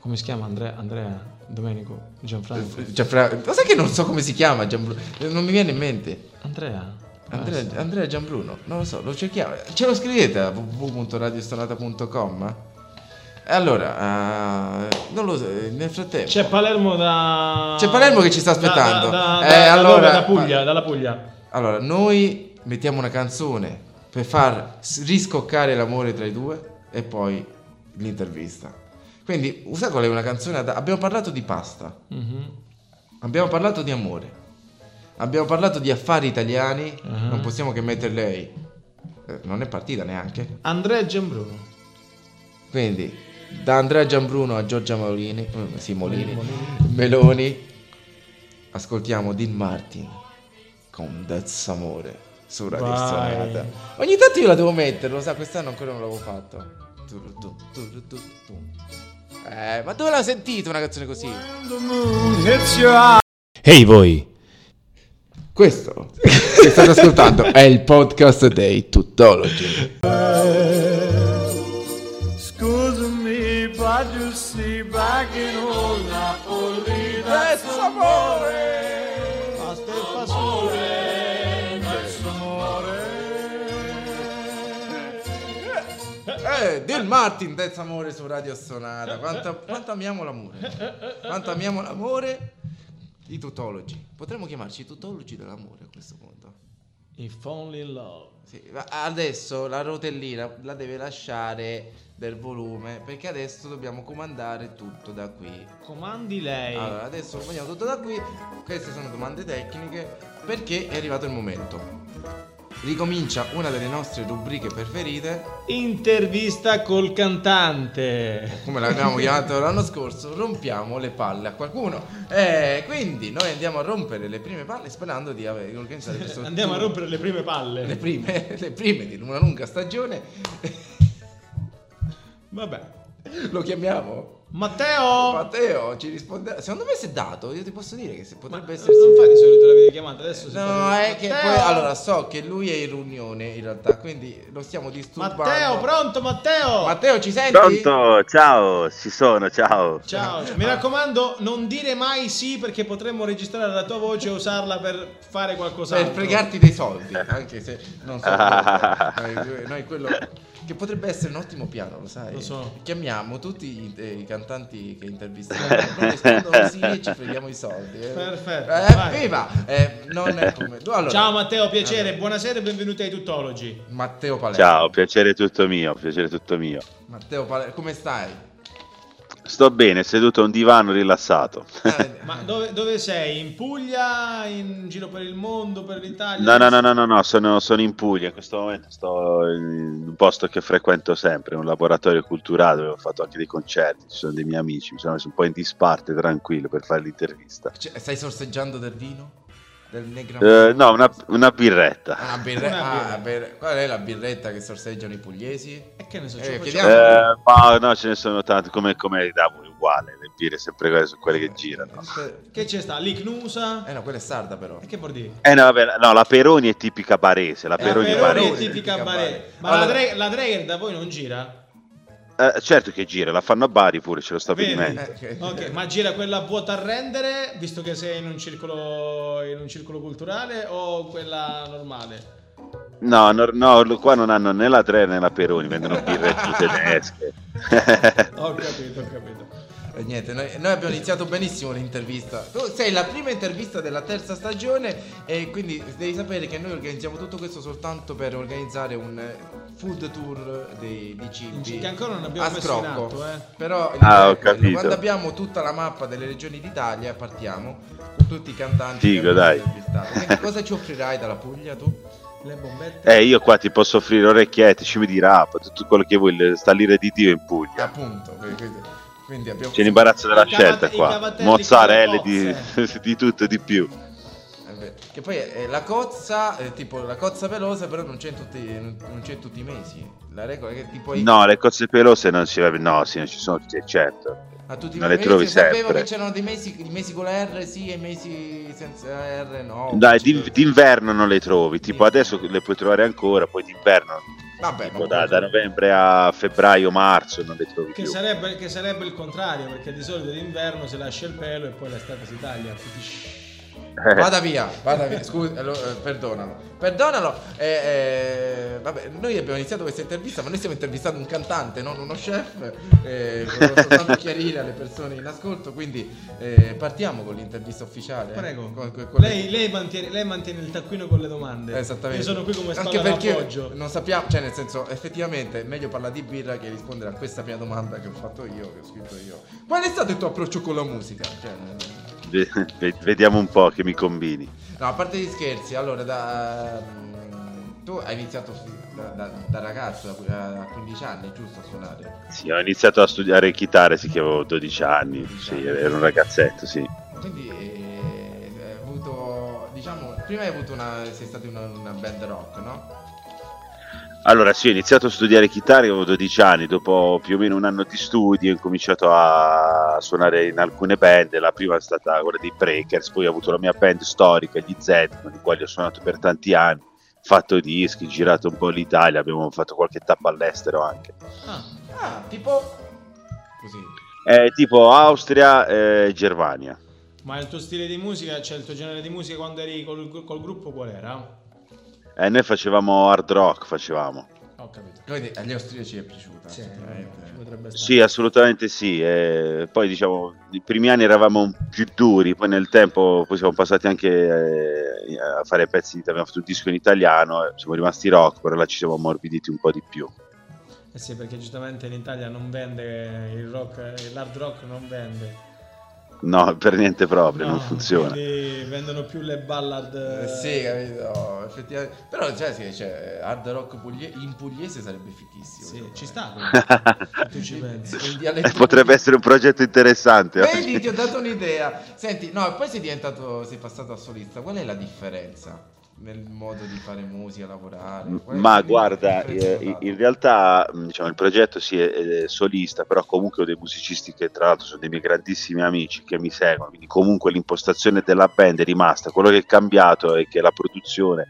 Speaker 4: Come si chiama? Andrea? Andrea? Domenico? Gianfranco?
Speaker 3: eh, Gianfra- ma sai che non so come si chiama Giambruno? Non mi viene in mente.
Speaker 4: Andrea? Ah,
Speaker 3: Andrea, Andrea Gianbruno, non lo so, lo cerchiamo. Ce lo scrivete a www.radiostonata.com. E allora, eh, non lo so, nel frattempo.
Speaker 4: C'è Palermo da...
Speaker 3: C'è Palermo che ci sta
Speaker 4: da- da-
Speaker 3: aspettando.
Speaker 4: da-
Speaker 3: Eh,
Speaker 4: da-
Speaker 3: allora-
Speaker 4: da Puglia, dalla Puglia.
Speaker 3: Allora, noi mettiamo una canzone per far s- riscoccare l'amore tra i due e poi l'intervista. Quindi, sai qual è una canzone? ad- Abbiamo parlato di pasta,
Speaker 4: Mhm.
Speaker 3: abbiamo parlato di amore, abbiamo parlato di affari italiani,
Speaker 4: Ah.
Speaker 3: non possiamo che mettere lei. Eh, non è partita neanche.
Speaker 4: Andrea Gianbruno.
Speaker 3: Quindi, da Andrea Gianbruno a Giorgia Molini, mm, sì, Molini, Meloni, ascoltiamo Dean Martin con That's Amore su Radio
Speaker 4: Vai.
Speaker 3: Stonata. Ogni tanto io la devo mettere, lo sa, quest'anno ancora non l'avevo fatto. Tu, tu, tu, tu, tu, tu. Eh, ma dove l'ha sentita una canzone così?
Speaker 1: Ehi voi!
Speaker 3: Questo che state ascoltando è il podcast dei Tutology.
Speaker 2: Scusami, but you see back in old Napoli
Speaker 3: That's
Speaker 2: amore Pasta e fasole That's
Speaker 3: Eh, Dean Martin, Dezza Amore su Radio Sonata. Quanto, quanto amiamo l'amore. Quanto amiamo l'amore. I tutologi. Potremmo chiamarci i tutologi dell'amore a questo punto.
Speaker 4: If only love.
Speaker 3: Sì, ma adesso la rotellina la deve lasciare del volume perché adesso dobbiamo comandare tutto da qui.
Speaker 4: Comandi lei.
Speaker 3: Allora, adesso comandiamo tutto da qui. Queste sono domande tecniche perché è arrivato il momento. Ricomincia una delle nostre rubriche preferite.
Speaker 4: Intervista col cantante.
Speaker 3: come l'abbiamo chiamato l'anno scorso, rompiamo le palle a qualcuno. Eh, quindi noi andiamo a rompere le prime palle sperando di avere organizzato questo
Speaker 4: Andiamo a
Speaker 3: tour.
Speaker 4: rompere le prime palle.
Speaker 3: le prime, le prime di una lunga stagione.
Speaker 4: Vabbè.
Speaker 3: Lo chiamiamo?
Speaker 4: Matteo!
Speaker 3: Matteo ci risponde. Secondo me si è dato. Io ti posso dire che se
Speaker 4: Ma
Speaker 3: potrebbe
Speaker 4: non
Speaker 3: essersi.
Speaker 4: fai di solito la videochiamata, adesso si
Speaker 3: No,
Speaker 4: fa-
Speaker 3: è che
Speaker 4: Matteo!
Speaker 3: poi allora so che lui è in riunione in realtà, quindi lo stiamo disturbando.
Speaker 4: Matteo, pronto Matteo!
Speaker 3: Matteo, ci senti?
Speaker 6: Pronto, ciao, ci sono, ciao.
Speaker 4: Ciao, mi
Speaker 3: Ah.
Speaker 4: raccomando, non dire mai sì perché potremmo registrare la tua voce e usarla per fare qualcos'altro.
Speaker 3: Per fregarti dei soldi,
Speaker 6: Eh.
Speaker 3: anche se non so. noi, noi quello che potrebbe essere un ottimo piano, lo sai.
Speaker 4: Lo so.
Speaker 3: Chiamiamo tutti i, eh, i cantanti che intervistiamo, poi rispondono sì e ci freghiamo i soldi. eh.
Speaker 4: Perfetto, vai.
Speaker 3: Eh, viva! Eh, non è come- Allora,
Speaker 4: Ciao Matteo, piacere,
Speaker 3: allora,
Speaker 4: buonasera e benvenuti ai Tuttologi.
Speaker 3: Matteo Palermo.
Speaker 6: Ciao, piacere tutto mio, piacere tutto mio.
Speaker 3: Matteo Palermo, come stai?
Speaker 6: Sto bene, seduto a un divano rilassato.
Speaker 3: Eh,
Speaker 4: Ma dove, dove sei? In Puglia? In giro per il mondo? Per l'Italia?
Speaker 6: No, no, no, no, no, no, sono, sono in Puglia, in questo momento sto in un posto che frequento sempre, un laboratorio culturale dove ho fatto anche dei concerti, ci sono dei miei amici, mi sono messo un po' in disparte, tranquillo, per fare l'intervista.
Speaker 3: cioè, stai sorseggiando del vino? Del Negra?
Speaker 6: Eh, no, una, una birretta.
Speaker 3: Ah, birre-
Speaker 4: Una birra.
Speaker 3: ah, birre- Qual è la birretta che sorseggiano i pugliesi?
Speaker 4: E che ne so,
Speaker 3: Eh,
Speaker 4: ci faccio-
Speaker 3: chiediamo-
Speaker 6: Eh, ma no, ce ne sono tanti, come, come da voi, uguale, le birre sempre quelle, sono quelle che girano.
Speaker 4: Che c'è sta? L'Icnusa?
Speaker 3: Eh no, quella è sarda però.
Speaker 4: E che vuol dire?
Speaker 6: Eh no, vabbè, no, la Peroni è tipica barese, la
Speaker 3: Eh,
Speaker 4: La
Speaker 6: Peroni,
Speaker 3: Peroni
Speaker 4: Peroni è
Speaker 6: barese.
Speaker 4: tipica
Speaker 3: tipica
Speaker 4: Barese.
Speaker 3: Barese.
Speaker 4: Ma la
Speaker 3: Allora-
Speaker 4: Dre- la Dreyer da voi non gira?
Speaker 6: Eh, certo che gira, la fanno a Bari pure, c'è lo
Speaker 4: Vedi?
Speaker 6: stabilimento.
Speaker 3: Eh, ok.
Speaker 4: Ok, ma gira quella vuota a rendere, visto che sei in un circolo, in un circolo culturale, o quella normale?
Speaker 6: No, no, no, qua non hanno né la Tre né la Peroni, vendono birre tutte tedesche. Eh.
Speaker 4: Ho capito, ho capito.
Speaker 3: E Eh, niente, noi, noi abbiamo iniziato benissimo l'intervista. Tu sei la prima intervista della terza stagione e quindi devi sapere che noi organizziamo tutto questo soltanto per organizzare un eh, food tour dei, di cibi.
Speaker 4: Che ancora non abbiamo
Speaker 3: a
Speaker 4: messo
Speaker 3: scrocco.
Speaker 4: in atto, eh.
Speaker 3: Però
Speaker 6: Ah, ho
Speaker 3: eh, quello,
Speaker 6: capito.
Speaker 3: quando abbiamo tutta la mappa delle regioni d'Italia partiamo con tutti i cantanti. che
Speaker 6: Figo,
Speaker 3: abbiamo
Speaker 6: dai.
Speaker 3: intervistato. Quindi Cosa ci offrirai dalla Puglia tu?
Speaker 4: Le bombette.
Speaker 6: eh, io qua ti posso offrire orecchiette, cibi di rapa, tutto quello che vuoi, le- stallire di Dio in
Speaker 3: Eh,
Speaker 6: Puglia.
Speaker 3: Appunto, quindi, quindi abbiamo
Speaker 6: C'è l'imbarazzo della
Speaker 4: I cavate-
Speaker 6: scelta
Speaker 4: i
Speaker 6: qua,
Speaker 4: cavatelli
Speaker 6: mozzarelle
Speaker 4: con le
Speaker 6: di, di tutto e di più.
Speaker 3: Eh beh, Che poi eh, la cozza, eh, tipo la cozza velosa, però non c'è in tutti, non non c'è in tutti i mesi. La regola è che ti puoi.
Speaker 6: No, le cozze pelose non si... No, sì, non ci sono, sì, certo.
Speaker 3: a tutti i
Speaker 6: non le
Speaker 3: mesi.
Speaker 6: trovi
Speaker 3: sapevo
Speaker 6: sempre.
Speaker 3: che c'erano dei mesi, i mesi con la R sì e i mesi senza R
Speaker 4: Oh,
Speaker 3: no. Cioè,
Speaker 6: Dai,
Speaker 3: Ci-
Speaker 6: d'in- d'inverno non le trovi, tipo adesso le puoi trovare ancora, poi d'inverno,
Speaker 3: Vabbè,
Speaker 6: tipo
Speaker 3: Eh, ma
Speaker 6: Ecco, da, da novembre a febbraio, marzo non le trovi
Speaker 4: Che
Speaker 6: più.
Speaker 4: sarebbe, che sarebbe il contrario, perché di solito d'inverno si lascia il pelo e poi l'estate si taglia. Tutti-
Speaker 6: Eh,
Speaker 3: Vada via, vada via, scusa, lo- eh, perdonalo. Perdonalo. eh, eh, vabbè, noi abbiamo iniziato questa intervista, ma noi stiamo intervistando un cantante, non uno chef. Eh, volevo soltanto chiarire alle persone in ascolto, quindi eh, partiamo con l'intervista ufficiale. eh,
Speaker 4: Prego.
Speaker 3: con- con- con le-
Speaker 4: lei, lei mantiene, lei mantiene il taccuino con le domande.
Speaker 3: Esattamente.
Speaker 4: Io sono qui come spalla
Speaker 3: Anche perché
Speaker 4: d'appoggio.
Speaker 3: non sappiamo, cioè nel senso, effettivamente è meglio parlare di birra che rispondere a questa prima domanda che ho fatto io, che ho scritto io. Qual è stato il tuo approccio con la musica? Cioè,
Speaker 6: Ve- ve- Vediamo un po' che mi combini.
Speaker 3: no, a parte gli scherzi, allora da mm, tu hai iniziato fi- da, da- da ragazzo a a 15 anni, giusto a suonare?
Speaker 6: Sì, ho iniziato a studiare chitarra, sì, che avevo 12 anni, sì, ero un ragazzetto, sì.
Speaker 3: Quindi eh, hai avuto diciamo, prima hai avuto una sei stato in una, una band rock, no?
Speaker 6: Allora, sì, ho iniziato a studiare chitarra, avevo 12 anni, dopo più o meno un anno di studi ho incominciato a suonare in alcune band, la prima è stata quella dei Breakers, poi ho avuto la mia band storica, gli Z, con i quali ho suonato per tanti anni, fatto dischi, girato un po' l'Italia, abbiamo fatto qualche tappa all'estero anche.
Speaker 4: Ah,
Speaker 3: Ah, tipo così.
Speaker 6: Eh, tipo Austria e Germania.
Speaker 4: ma il tuo stile di musica, cioè il tuo genere di musica quando eri col, col gruppo qual era?
Speaker 6: Eh, noi facevamo hard rock, facevamo.
Speaker 4: Ho capito.
Speaker 3: Quindi agli austriaci è piaciuta,
Speaker 4: Sì,
Speaker 3: effettivamente.
Speaker 4: ci potrebbe stare.
Speaker 6: Sì, eh. assolutamente sì. eh, poi diciamo, i primi anni eravamo un- più duri, poi nel tempo poi siamo passati anche eh, a fare pezzi, in- abbiamo fatto un disco in italiano, eh, siamo rimasti rock, però là ci siamo ammorbiditi un po' di più.
Speaker 4: Eh sì, perché giustamente in Italia non vende il rock, l'hard rock non vende.
Speaker 6: No, per niente proprio,
Speaker 4: No,
Speaker 6: non funziona. Eh,
Speaker 4: Quindi vendono più le ballad.
Speaker 3: Eh, sì, capito, effettivamente. Però cioè, sì, cioè, hard rock puglie- in pugliese sarebbe fichissimo.
Speaker 4: Sì,
Speaker 3: secondo
Speaker 4: ci
Speaker 3: me.
Speaker 4: sta. quello. tu ci
Speaker 3: In-
Speaker 4: pensi.
Speaker 3: in
Speaker 6: Eh,
Speaker 3: dialetto
Speaker 6: Potrebbe
Speaker 3: pugliese.
Speaker 6: essere un progetto interessante. eh. oggi.
Speaker 3: Vedi, ti ho dato un'idea. Senti, no, e poi sei diventato sei passato a solista. Qual è la differenza? nel modo di fare musica, lavorare.
Speaker 6: Ma guarda, eh, in- in realtà mh, diciamo, il progetto sì, è, è solista, però comunque ho dei musicisti che tra l'altro sono dei miei grandissimi amici che mi seguono, quindi comunque l'impostazione della band è rimasta. Quello che è cambiato è che la produzione,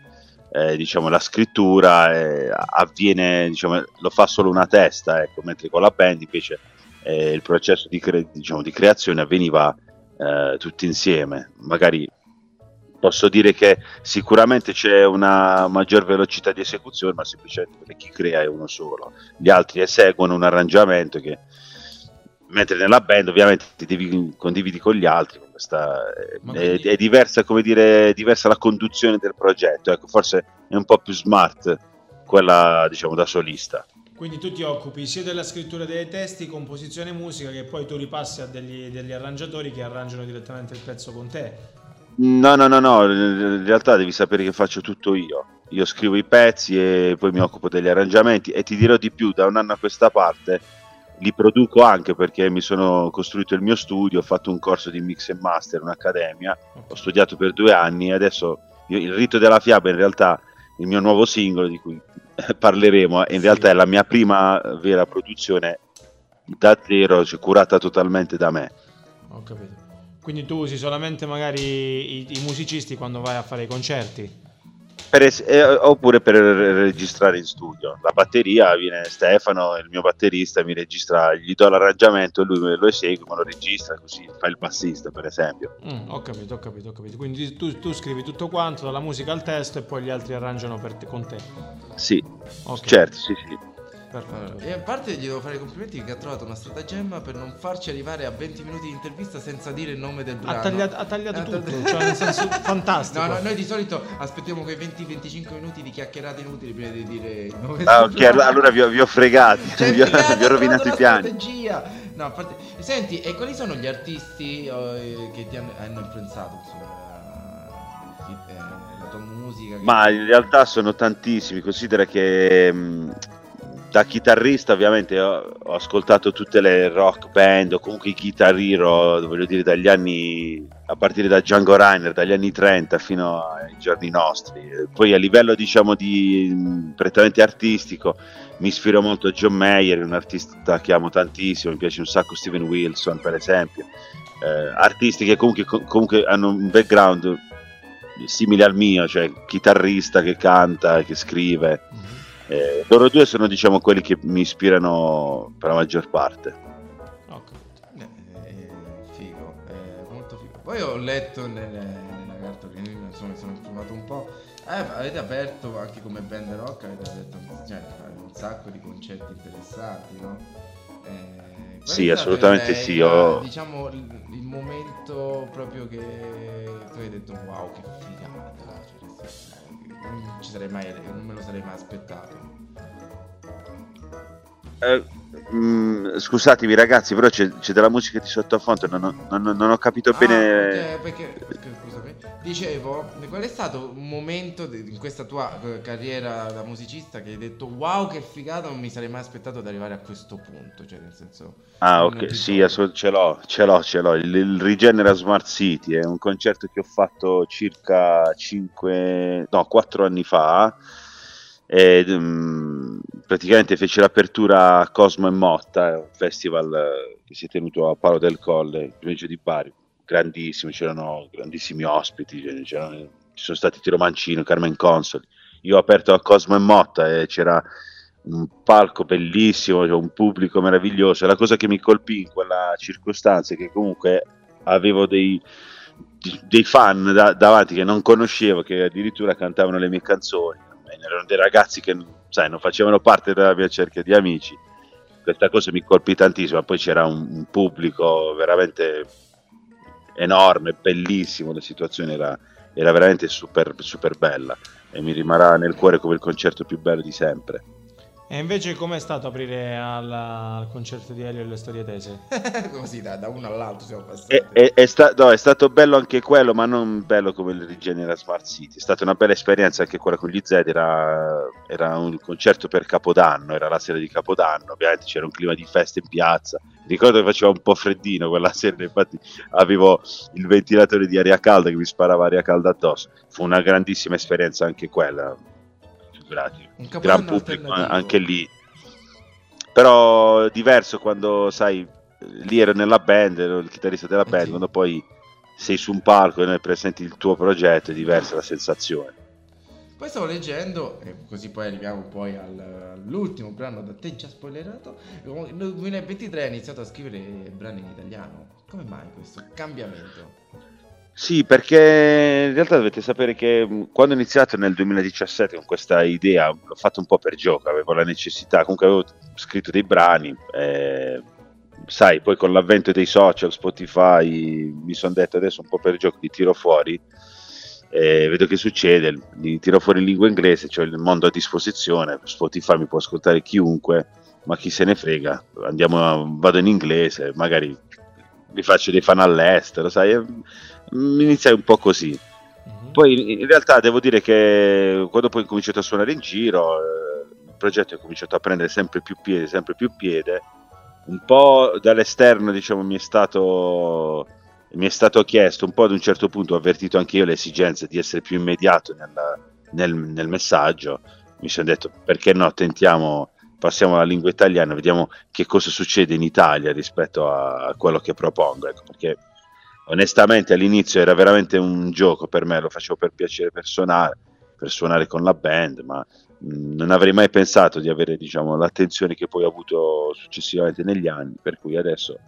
Speaker 6: eh, diciamo, la scrittura eh, avviene, diciamo, lo fa solo una testa, ecco, mentre con la band invece eh, il processo di, cre- diciamo, di creazione avveniva eh, tutti insieme. Magari posso dire che sicuramente c'è una maggior velocità di esecuzione, ma semplicemente perché chi crea è uno solo, gli altri eseguono un arrangiamento che mentre nella band ovviamente ti devi condividi con gli altri questa è,
Speaker 3: Ma quindi-
Speaker 6: è diversa come dire è diversa la conduzione del progetto ecco forse è un po' più smart quella diciamo da solista
Speaker 7: Quindi tu ti occupi sia della scrittura dei testi, composizione e musica, che poi tu ripassi a degli, degli arrangiatori che arrangiano direttamente il pezzo con te.
Speaker 6: No, no, no, no, in realtà devi sapere che faccio tutto io. Io scrivo i pezzi e poi mi occupo degli arrangiamenti e ti dirò di più, da un anno a questa parte li produco anche perché mi sono costruito il mio studio, ho fatto un corso di mix e master, un'accademia, ho studiato per due anni e adesso io- il rito della fiaba in realtà il mio nuovo singolo di cui parleremo, eh, in
Speaker 7: Sì.
Speaker 6: realtà è la mia prima vera produzione da zero, cioè curata totalmente da me.
Speaker 7: Ho capito. Quindi tu usi solamente magari i, i musicisti quando vai a fare i concerti.
Speaker 6: Per es- eh, oppure per re- registrare in studio. La batteria viene Stefano, il mio batterista, mi registra, gli do l'arrangiamento, lui me lo esegue, me lo registra, così fa il bassista, per esempio.
Speaker 7: Mm, ho capito, ho capito, ho capito. Quindi tu, tu scrivi tutto quanto, dalla musica al testo e poi gli altri arrangiano per te- con te.
Speaker 6: Sì,
Speaker 7: Ok,
Speaker 6: certo, sì, sì.
Speaker 7: Perfetto.
Speaker 3: Allora, e a parte gli devo fare i complimenti che ha trovato una stratagemma per non farci arrivare a 20 minuti di intervista senza dire il nome del brano.
Speaker 7: Ha tagliato, ha tagliato
Speaker 3: Eh, Ha
Speaker 7: tutto,
Speaker 3: tagliato-
Speaker 7: cioè nel senso fantastico.
Speaker 3: No, no, noi di solito aspettiamo quei 20-25 minuti di chiacchierate inutili prima di dire il nome
Speaker 6: Ah,
Speaker 3: del
Speaker 6: ok,
Speaker 3: brano.
Speaker 6: allora vi ho, vi ho fregati,
Speaker 3: Cioè,
Speaker 6: vi ho,
Speaker 3: figata,
Speaker 6: vi ho rovinato i
Speaker 3: ha trovato la
Speaker 6: piani.
Speaker 3: strategia. No, a parte... Senti, e quali sono gli artisti eh, che ti hanno, hanno influenzato sulla chi- eh, la tua musica? che-
Speaker 6: Ma in realtà sono tantissimi, considera che mh, da chitarrista ovviamente ho, ho ascoltato tutte le rock band o comunque i guitar hero, voglio dire dagli anni, a partire da Django Reiner, dagli anni 30 fino ai giorni nostri. Poi a livello diciamo di mh, prettamente artistico mi ispiro molto a John Mayer, un artista che amo tantissimo, mi piace un sacco Steven Wilson per esempio, Eh, artisti che comunque, co- comunque hanno un background simile al mio, cioè chitarrista che canta, che scrive.
Speaker 3: Mm-hmm.
Speaker 6: Eh, loro due sono diciamo quelli che mi ispirano per la maggior parte.
Speaker 7: Ok.
Speaker 3: Eh, eh, figo, eh, molto figo. Poi ho letto nel- nella carta che insomma, mi sono informato un po'. Eh, ma avete aperto anche come band rock, avete aperto un, cioè, un sacco di concerti interessanti, no? Eh, qual è
Speaker 6: Sì,
Speaker 3: stato
Speaker 6: assolutamente
Speaker 3: il-
Speaker 6: sì,
Speaker 3: il-
Speaker 6: ho-
Speaker 3: Diciamo il, il momento proprio che tu hai detto wow che figata. cioè, nel senso, non, ci sarei mai, non me lo sarei mai aspettato.
Speaker 6: Eh, mm, scusatemi ragazzi, però c'è, c'è della musica di sottofondo, non ho, non- non ho capito
Speaker 3: Ah,
Speaker 6: bene.
Speaker 3: ok, perché, perché- scusami, dicevo, qual è stato un momento de- in questa tua eh, carriera da musicista che hai detto wow che figata, non mi sarei mai aspettato di arrivare a questo punto, cioè nel senso...
Speaker 6: Ah,
Speaker 3: non
Speaker 6: ok,
Speaker 3: ti
Speaker 6: sì,
Speaker 3: trovo.
Speaker 6: asso- ce l'ho, ce l'ho, ce l'ho. Il, il Regenera Smart City è un concerto che ho fatto circa 5, no, 4 anni fa. Ed, mm, praticamente fece l'apertura a Cosmo e Motta, è un festival eh, che si è tenuto a Paolo del Colle, in provincia di Bari, grandissimo, c'erano grandissimi ospiti, cioè, c'erano- ci sono stati Tiro Mancino, Carmen Consoli. Io ho aperto a Cosmo e Motta e c'era un palco bellissimo, cioè un pubblico meraviglioso. La cosa che mi colpì in quella circostanza è che comunque avevo dei, dei fan da- davanti che non conoscevo, che addirittura cantavano le mie canzoni. Erano dei ragazzi che sai, non facevano parte della mia cerchia di amici. Questa cosa mi colpì tantissimo. Poi c'era un, un pubblico veramente enorme, bellissimo. La situazione era, era veramente super, super bella e mi rimarrà nel cuore come il concerto più bello di sempre.
Speaker 7: E invece com'è stato aprire alla- al concerto di Elio e le storie tese?
Speaker 3: Così da, da uno all'altro siamo passati.
Speaker 6: È, è- è sta- no, è stato bello anche quello, ma non bello come il Rigenera Smart City. È stata una bella esperienza anche quella con gli Z. Era, era un concerto per Capodanno, era la sera di Capodanno. Ovviamente c'era un clima di festa in piazza. Ricordo che faceva un po' freddino quella sera, infatti avevo il ventilatore di aria calda che mi sparava aria calda addosso. Fu una grandissima esperienza anche quella, figurati.
Speaker 3: Un
Speaker 6: Gran
Speaker 3: capodanno
Speaker 6: pubblico
Speaker 3: alternativo.
Speaker 6: anche lì. Però diverso quando, sai, lì ero nella band, ero il chitarrista della
Speaker 3: Eh
Speaker 6: band,
Speaker 3: sì.
Speaker 6: quando poi sei su un palco e noi presenti il tuo progetto, è diversa la sensazione.
Speaker 3: Poi stavo leggendo, e così poi arriviamo poi al- all'ultimo brano da te già spoilerato. Nel 2023 hai iniziato a scrivere brani in italiano. Come mai questo cambiamento?
Speaker 6: Sì, perché in realtà dovete sapere che mh, quando ho iniziato nel 2017 con questa idea, l'ho fatto un po' per gioco, avevo la necessità, comunque avevo scritto dei brani, eh, sai, poi con l'avvento dei social, Spotify, mi sono detto adesso un po' per gioco li tiro fuori, eh, vedo che succede, li tiro fuori in lingua inglese, cioè il mondo a disposizione, Spotify mi può ascoltare chiunque, ma chi se ne frega, andiamo a- vado in inglese, magari mi faccio dei fan all'estero, sai, eh, m- iniziai un po' così.
Speaker 4: Mhm.
Speaker 6: Poi in- in realtà devo dire che quando poi ho cominciato a suonare in giro, eh, il progetto è cominciato a prendere sempre più piede, sempre più piede, un po' dall'esterno diciamo mi è stato... Mi è stato chiesto un po' ad un certo punto, ho avvertito anche io l'esigenza di essere più immediato nella- nel- nel messaggio. Mi sono detto perché no, tentiamo, passiamo alla lingua italiana, vediamo che cosa succede in Italia rispetto a quello che propongo. ecco, perché onestamente all'inizio era veramente un gioco per me, lo facevo per piacere personale, per suonare con la band, ma mh, non avrei mai pensato di avere diciamo, l'attenzione che poi ho avuto successivamente negli anni, per cui adesso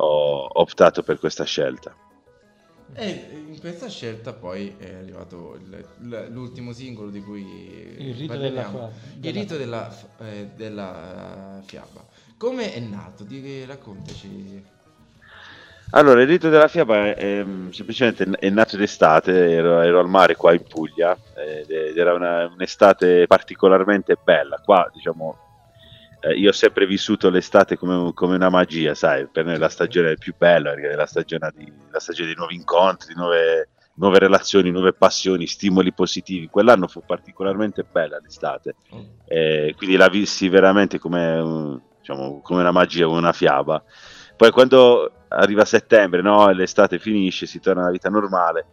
Speaker 6: ho optato per questa scelta.
Speaker 3: E in questa scelta poi è arrivato il- l- l'ultimo singolo di cui
Speaker 4: Il rito della
Speaker 3: parliamo.
Speaker 4: fiaba.
Speaker 3: Il rito della, f- eh, della fiaba. Come è nato? Di- raccontaci.
Speaker 6: Allora, il rito della fiaba è, è, mm, semplicemente n- è nato d'estate, ero, ero al mare qua in Puglia eh, ed ed era una- un'estate particolarmente bella. Qua, diciamo, eh, io ho sempre vissuto l'estate come, come una magia, sai, per noi la stagione è più bella, perché è la stagione di, la stagione di nuovi incontri, nuove, nuove relazioni, nuove passioni, stimoli positivi. Quell'anno fu particolarmente bella l'estate,
Speaker 3: Oh.
Speaker 6: eh, quindi la vissi veramente come, un- diciamo, come una magia, come una fiaba. Poi quando arriva settembre, no, e l'estate finisce, si torna alla vita normale,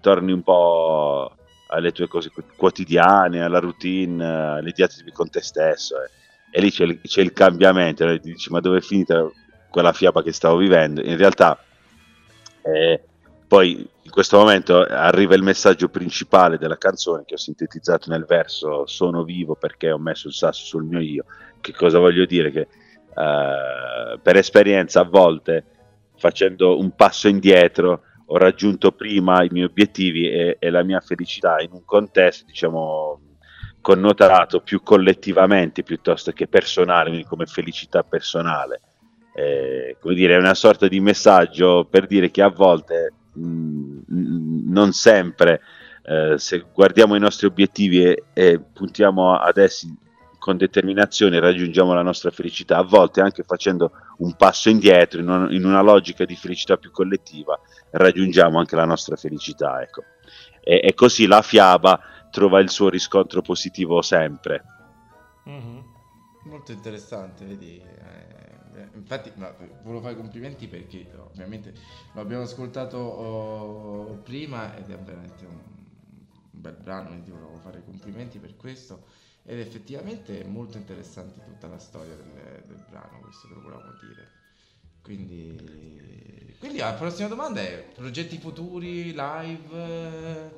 Speaker 6: torni un po' alle tue cose qu- quotidiane, alla routine, eh, alle diatribe con te stesso. eh. E lì c'è il, c'è il cambiamento, no? dici ma dove è finita quella fiaba che stavo vivendo? In realtà eh, poi in questo momento arriva il messaggio principale della canzone che ho sintetizzato nel verso sono vivo perché ho messo il sasso sul mio io. Che cosa voglio dire? Che eh, per esperienza a volte facendo un passo indietro ho raggiunto prima i miei obiettivi e, e la mia felicità in un contesto diciamo connotato più collettivamente piuttosto che personale quindi come felicità personale Eh, come dire è una sorta di messaggio per dire che a volte mh, mh, non sempre eh, se guardiamo i nostri obiettivi e, e puntiamo ad essi con determinazione raggiungiamo la nostra felicità, a volte anche facendo un passo indietro in, un- in una logica di felicità più collettiva, raggiungiamo anche la nostra felicità. Ecco. E, e così la fiaba trova il suo riscontro positivo sempre.
Speaker 4: Mhm.
Speaker 3: Molto interessante, vedi. eh, infatti, ma, volevo fare complimenti perché ovviamente lo abbiamo ascoltato oh, prima ed è veramente un, un bel brano, quindi volevo fare complimenti per questo. Ed effettivamente è molto interessante tutta la storia del, del brano, questo che lo volevamo dire. Quindi, quindi la prossima domanda è progetti futuri, live?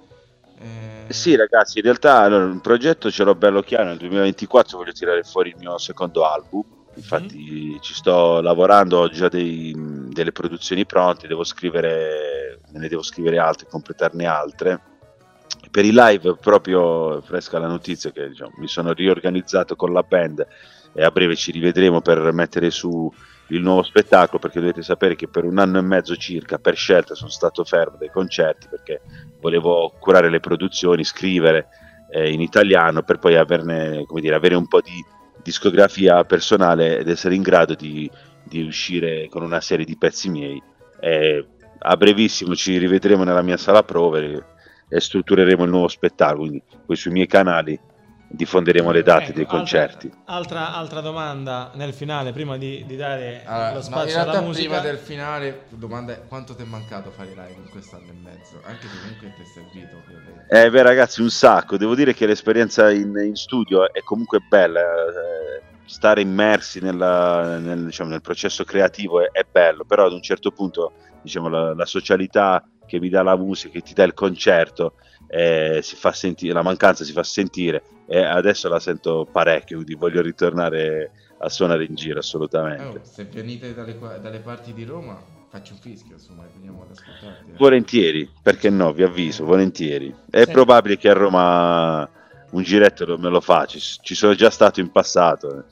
Speaker 3: eh,
Speaker 6: Sì, ragazzi, in realtà allora, un progetto ce l'ho bello chiaro. Nel 2024 voglio tirare fuori il mio secondo album. Infatti, ci sto lavorando, ho già dei- delle produzioni pronte, devo scrivere, me ne devo scrivere altre, completarne altre. Per i live, proprio fresca la notizia che diciamo, mi sono riorganizzato con la band e a breve ci rivedremo per mettere su il nuovo spettacolo perché dovete sapere che per un anno e mezzo circa per scelta sono stato fermo dai concerti perché volevo curare le produzioni, scrivere eh, in italiano per poi averne, come dire, avere un po' di discografia personale ed essere in grado di, di uscire con una serie di pezzi miei. Eh, a brevissimo ci rivedremo nella mia sala prove e struttureremo il nuovo spettacolo, quindi poi sui miei canali diffonderemo le date
Speaker 4: Ecco,
Speaker 6: dei
Speaker 4: altra-
Speaker 6: concerti.
Speaker 4: Altra, altra domanda nel finale, prima di, di dare
Speaker 3: Allora,
Speaker 4: lo
Speaker 3: no, in
Speaker 4: spazio alla
Speaker 3: realtà
Speaker 4: musica.
Speaker 3: prima del finale la domanda è quanto ti è mancato fare i live in quest'anno e mezzo anche se comunque ti è servito ovviamente
Speaker 6: Eh beh ragazzi un sacco, devo dire che l'esperienza in, in studio è comunque bella, eh, stare immersi nella- nel, diciamo, nel processo creativo è, è bello, però ad un certo punto diciamo, la, la socialità che mi dà la musica, che ti dà il concerto, eh, si fa sentire, la mancanza si fa sentire e adesso la sento parecchio, quindi voglio ritornare a suonare in giro assolutamente.
Speaker 3: Oh, se venite dalle, qua- dalle parti di Roma faccio un fischio insomma e veniamo ad ascoltarti eh.
Speaker 6: Volentieri, perché no, vi avviso, volentieri. È
Speaker 4: Sì.
Speaker 6: probabile che a Roma un giretto lo- me lo faccia, ci ci sono già stato in passato,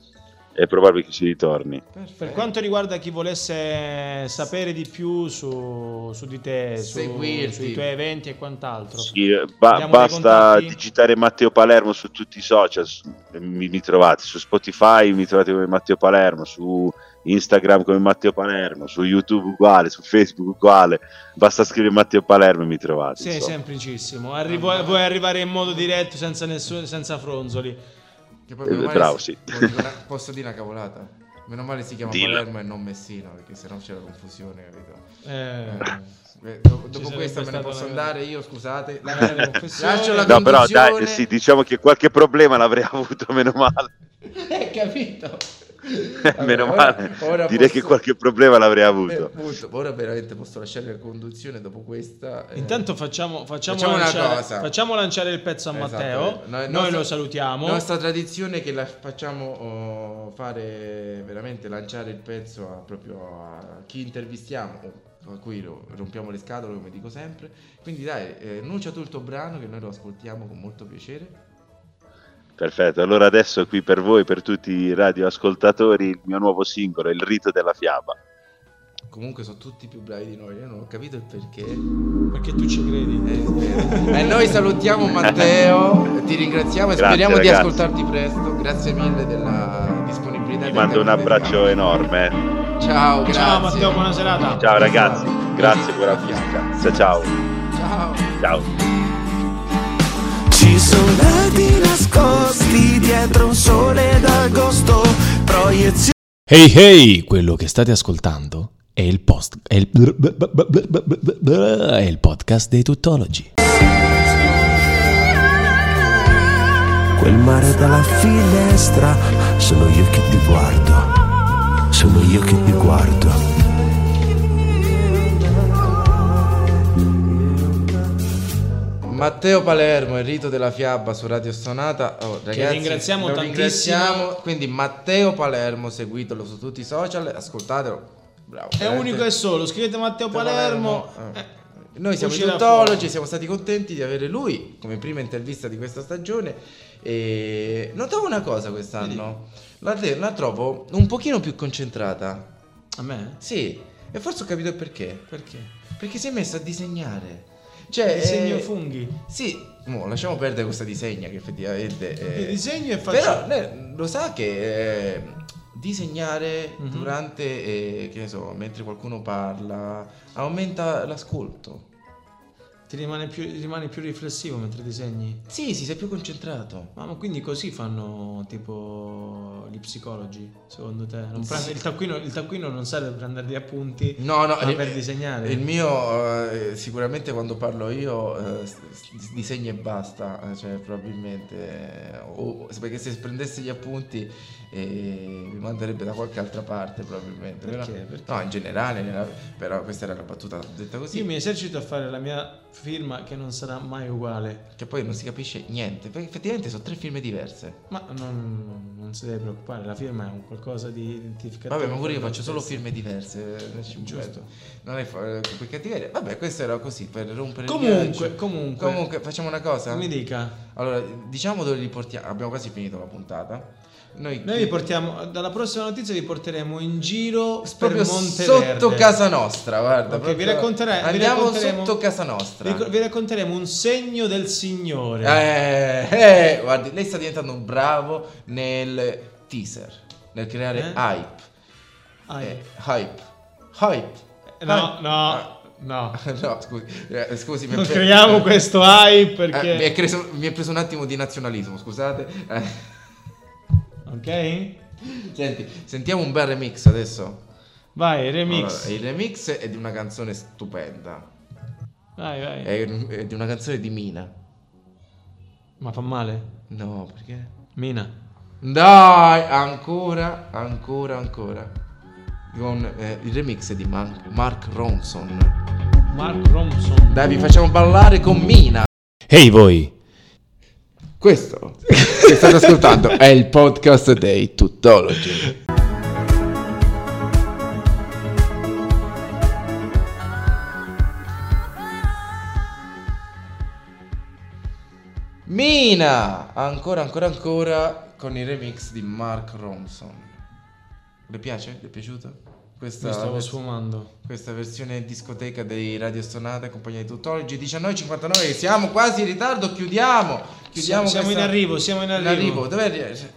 Speaker 6: è probabile che ci ritorni.
Speaker 4: Per
Speaker 3: Perfetto.
Speaker 4: quanto riguarda chi volesse sapere di più su, su di te, su-
Speaker 3: Seguirti.
Speaker 4: sui tuoi eventi e quant'altro,
Speaker 6: Sì, ba-
Speaker 4: Diamo dei
Speaker 6: basta
Speaker 4: contatti?
Speaker 6: digitare Matteo Palermo su tutti i social, su- mi, mi trovate su Spotify, mi trovate come Matteo Palermo, su Instagram come Matteo Palermo, su YouTube uguale, su Facebook uguale, basta scrivere Matteo Palermo e mi trovate.
Speaker 4: sì,
Speaker 6: insomma.
Speaker 4: semplicissimo. Arri- vuoi, vuoi arrivare in modo diretto senza, nessun- senza fronzoli.
Speaker 3: Che
Speaker 6: Eh,
Speaker 3: poi meno male
Speaker 6: bravo,
Speaker 3: si-
Speaker 6: sì.
Speaker 3: voglio dire una- posso dire una cavolata meno male si chiama
Speaker 6: Dillo.
Speaker 3: Palermo e non Messina perché sennò c'è la confusione capito
Speaker 4: Eh,
Speaker 3: Eh, do- dopo
Speaker 4: Ci sarebbe
Speaker 3: questo me ne
Speaker 4: stata
Speaker 3: posso
Speaker 4: una-
Speaker 3: andare io scusate
Speaker 4: Una grande confessione.
Speaker 3: lascio la
Speaker 6: No, però dai,
Speaker 3: conduzione.
Speaker 6: sì, diciamo che qualche problema l'avrei avuto, meno male.
Speaker 3: Eh, capito?
Speaker 6: Eh, Meno
Speaker 3: Allora,
Speaker 6: male,
Speaker 3: ora- ora
Speaker 6: direi
Speaker 3: posso-
Speaker 6: che qualche problema l'avrei avuto.
Speaker 3: Eh, appunto, ora veramente posso lasciare la conduzione dopo questa. eh.
Speaker 4: Intanto facciamo, facciamo,
Speaker 3: Facciamo una
Speaker 4: lanciare,
Speaker 3: cosa.
Speaker 4: facciamo lanciare il pezzo a
Speaker 3: Esatto.
Speaker 4: Matteo.
Speaker 3: No, è
Speaker 4: Noi,
Speaker 3: nostra-
Speaker 4: lo salutiamo.
Speaker 3: Nostra tradizione che la facciamo oh, fare veramente lanciare il pezzo a, proprio a chi intervistiamo. o A cui ro- rompiamo le scatole, come dico sempre. Quindi, dai, eh, annuncia tu il tuo brano che noi lo ascoltiamo con molto piacere.
Speaker 6: Perfetto, allora adesso qui per voi, per tutti i radioascoltatori, il mio nuovo singolo, Il rito della fiaba.
Speaker 3: Comunque, sono tutti più bravi di noi. Io non ho capito il perché.
Speaker 4: Perché tu ci credi.
Speaker 3: Eh, E noi salutiamo Matteo, ti ringraziamo e
Speaker 6: Grazie,
Speaker 3: speriamo di
Speaker 6: ragazzi.
Speaker 3: ascoltarti presto. Grazie mille della disponibilità.
Speaker 6: Ti
Speaker 3: del
Speaker 6: mando un
Speaker 3: tempo
Speaker 6: abbraccio enorme. eh.
Speaker 3: dedicato. Ciao, grazie.
Speaker 4: Ciao Matteo, buona serata.
Speaker 6: Ciao ragazzi, grazie per la musica. Ciao ciao.
Speaker 3: Ciao.
Speaker 6: ciao.
Speaker 5: Ci sono lati nascosti dietro un sole d'agosto, proiezioni.
Speaker 1: Hey hey, quello che state ascoltando è il post è il, è il podcast dei tuttologi.
Speaker 5: Quel mare dalla finestra, sono io che ti guardo, sono io che ti guardo.
Speaker 3: Matteo Palermo, il rito della fiaba su Radio Sonata. Oh, ragazzi,
Speaker 4: ringraziamo
Speaker 3: lo
Speaker 4: tantissimo.
Speaker 3: ringraziamo. Quindi Matteo Palermo, seguitelo su tutti i social, ascoltatelo. Bravo.
Speaker 4: È
Speaker 3: veramente.
Speaker 4: unico e solo. Scrivete Matteo Palermo. Eh.
Speaker 3: Eh, Noi siamo i
Speaker 4: uscirà
Speaker 3: tuttologi,
Speaker 4: fuori.
Speaker 3: siamo stati contenti di avere lui come prima intervista di questa stagione. E notavo una cosa quest'anno, la, te- la trovo un pochino più concentrata.
Speaker 4: A me?
Speaker 3: Sì, e forse ho capito il perché.
Speaker 4: Perché?
Speaker 3: Perché si è messa a disegnare. Cioè,
Speaker 4: Disegno
Speaker 3: eh,
Speaker 4: funghi.
Speaker 3: Sì, mo, lasciamo perdere questa disegna che effettivamente... eh,
Speaker 4: Io disegno e faccio.
Speaker 3: però lei mm, lo sa che eh, disegnare
Speaker 4: Mhm.
Speaker 3: durante, eh, che ne so, mentre qualcuno parla, aumenta l'ascolto.
Speaker 4: Ti rimane più, rimani più riflessivo mentre disegni.
Speaker 3: Sì, sì, sei più concentrato.
Speaker 4: Ma, ma quindi così fanno tipo gli psicologi, secondo te? Non prende- il, taccuino, il taccuino non serve per prendere gli appunti,
Speaker 3: No, no,
Speaker 4: ma
Speaker 3: eh,
Speaker 4: per disegnare.
Speaker 3: Il mio, eh, sicuramente quando parlo io, eh, s- s- disegno e basta, eh, cioè probabilmente, eh, o- perché se prendessi gli appunti eh, mi manderebbe da qualche altra parte probabilmente. però-
Speaker 4: Perché? Perché?
Speaker 3: No, in generale, nella- però questa era una battuta detta così.
Speaker 4: Io mi esercito a fare la mia firma che non sarà mai uguale.
Speaker 3: Che poi non si capisce niente, perché effettivamente sono tre firme diverse.
Speaker 4: Ma non, non- non si deve preoccupare, la firma è un qualcosa di identificativo.
Speaker 3: Vabbè, ma pure io
Speaker 4: per
Speaker 3: faccio
Speaker 4: noi
Speaker 3: solo
Speaker 4: stessi.
Speaker 3: firme diverse. eh, ci-
Speaker 4: Giusto.
Speaker 3: Non è fa- eh, per cattiveria. Vabbè, questo era così per rompere il
Speaker 4: Comunque,
Speaker 3: ghiaccio.
Speaker 4: comunque,
Speaker 3: Comunque, facciamo una cosa.
Speaker 4: mi dica.
Speaker 3: Allora, diciamo dove li portiamo. Abbiamo quasi finito la puntata. Noi,
Speaker 4: Noi vi portiamo, dalla prossima notizia vi porteremo in giro
Speaker 3: proprio
Speaker 4: per Monteverde.
Speaker 3: sotto casa nostra. Guarda,
Speaker 4: Ok, vi,
Speaker 3: proprio-
Speaker 4: raccontere- vi
Speaker 3: Andiamo
Speaker 4: racconteremo-
Speaker 3: sotto casa nostra.
Speaker 4: vi- Vi racconteremo un segno del Signore.
Speaker 3: Eh, eh, guardi, lei sta diventando bravo nel teaser, nel creare
Speaker 4: Eh?
Speaker 3: hype.
Speaker 4: Ah,
Speaker 3: Eh, hype. Hype.
Speaker 4: No,
Speaker 3: Hype.
Speaker 4: no, No.
Speaker 3: No, scusi, eh, scusi mi è
Speaker 4: Non
Speaker 3: pre-
Speaker 4: creiamo questo hype
Speaker 3: Eh, mi, è
Speaker 4: perché...
Speaker 3: preso, mi è preso un attimo di nazionalismo, scusate. Eh,
Speaker 4: Ok?
Speaker 3: senti, sentiamo un bel remix adesso.
Speaker 4: Vai, remix.
Speaker 3: Allora, il remix è di una canzone stupenda.
Speaker 4: Vai, vai.
Speaker 3: È, è di una canzone di Mina.
Speaker 8: Ma fa male?
Speaker 3: No, perché?
Speaker 8: Mina.
Speaker 3: Dai, ancora, ancora, ancora. Con eh, il remix di Man- Mark Ronson.
Speaker 4: Mark Romson.
Speaker 3: Dai, vi facciamo ballare con Mina.
Speaker 1: Ehi voi!
Speaker 3: Questo che state ascoltando è il podcast dei Tuttologi. Mina! Ancora, ancora, ancora con il remix di Mark Ronson. Le piace? Le è piaciuto? Questa,
Speaker 8: Mi stavo
Speaker 3: vers-
Speaker 8: sfumando.
Speaker 3: questa versione discoteca dei Radio Sonata, compagnia di Tuttologi 19.59, siamo quasi in ritardo, chiudiamo! chiudiamo
Speaker 4: Siamo, siamo in
Speaker 3: questa-
Speaker 4: arrivo, siamo in arrivo.
Speaker 3: Dov'è?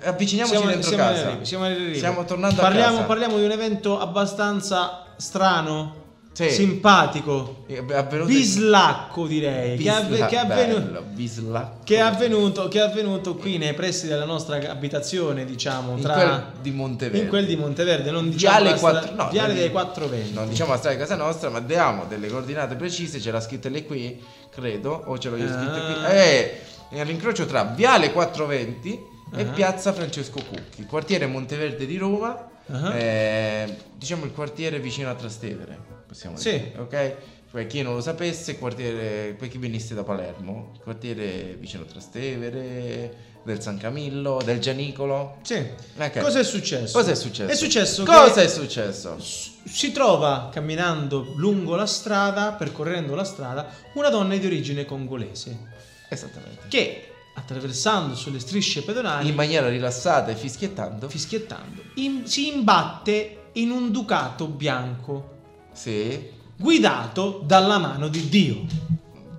Speaker 3: Avviciniamoci
Speaker 4: Siamo,
Speaker 3: dentro
Speaker 4: siamo in
Speaker 3: casa.
Speaker 4: arrivo, siamo in arrivo.
Speaker 3: Stiamo tornando
Speaker 4: parliamo,
Speaker 3: a casa.
Speaker 4: Parliamo di un evento abbastanza strano,
Speaker 3: Sì.
Speaker 4: simpatico,
Speaker 3: Eh, beh, avvenuto-
Speaker 4: bislacco direi, che, avve-
Speaker 3: Bisla-
Speaker 4: che è avvenuto...
Speaker 3: bello, Bisla-
Speaker 4: Che è, avvenuto, che è avvenuto qui nei pressi della nostra abitazione, diciamo,
Speaker 3: In
Speaker 4: tra
Speaker 3: quel di Monteverde.
Speaker 4: in quel di Monteverde, non diciamo
Speaker 3: Viale,
Speaker 4: la stra-
Speaker 3: quattro- no,
Speaker 4: viale
Speaker 3: non-
Speaker 4: dei 420.
Speaker 3: Non diciamo la strada di casa nostra, ma diamo delle coordinate precise. Ce l'ha scritta lei qui, credo. O ce l'ho io scritta qui.
Speaker 4: Ah.
Speaker 3: Eh, È all'incrocio tra Viale 420 e
Speaker 4: Ah.
Speaker 3: Piazza Francesco Cucchi, quartiere Monteverde di Roma.
Speaker 4: Ah.
Speaker 3: eh, diciamo il quartiere vicino a Trastevere. Possiamo
Speaker 4: Sì.
Speaker 3: dire, ok? Per chi non lo sapesse, il quartiere, per chi venisse da Palermo, il quartiere vicino a Trastevere, del San Camillo, del Gianicolo.
Speaker 4: Sì.
Speaker 3: Eh, Ok.
Speaker 4: Cosa è successo?
Speaker 3: Cosa è successo?
Speaker 4: È successo
Speaker 3: Cosa
Speaker 4: che
Speaker 3: è successo?
Speaker 4: s- si trova camminando lungo la strada, percorrendo la strada, una donna di origine congolese
Speaker 3: Esattamente.
Speaker 4: che attraversando sulle strisce pedonali,
Speaker 3: In maniera rilassata e fischiettando.
Speaker 4: fischiettando, in- si imbatte in un ducato bianco
Speaker 3: sì.
Speaker 4: guidato dalla mano di Dio.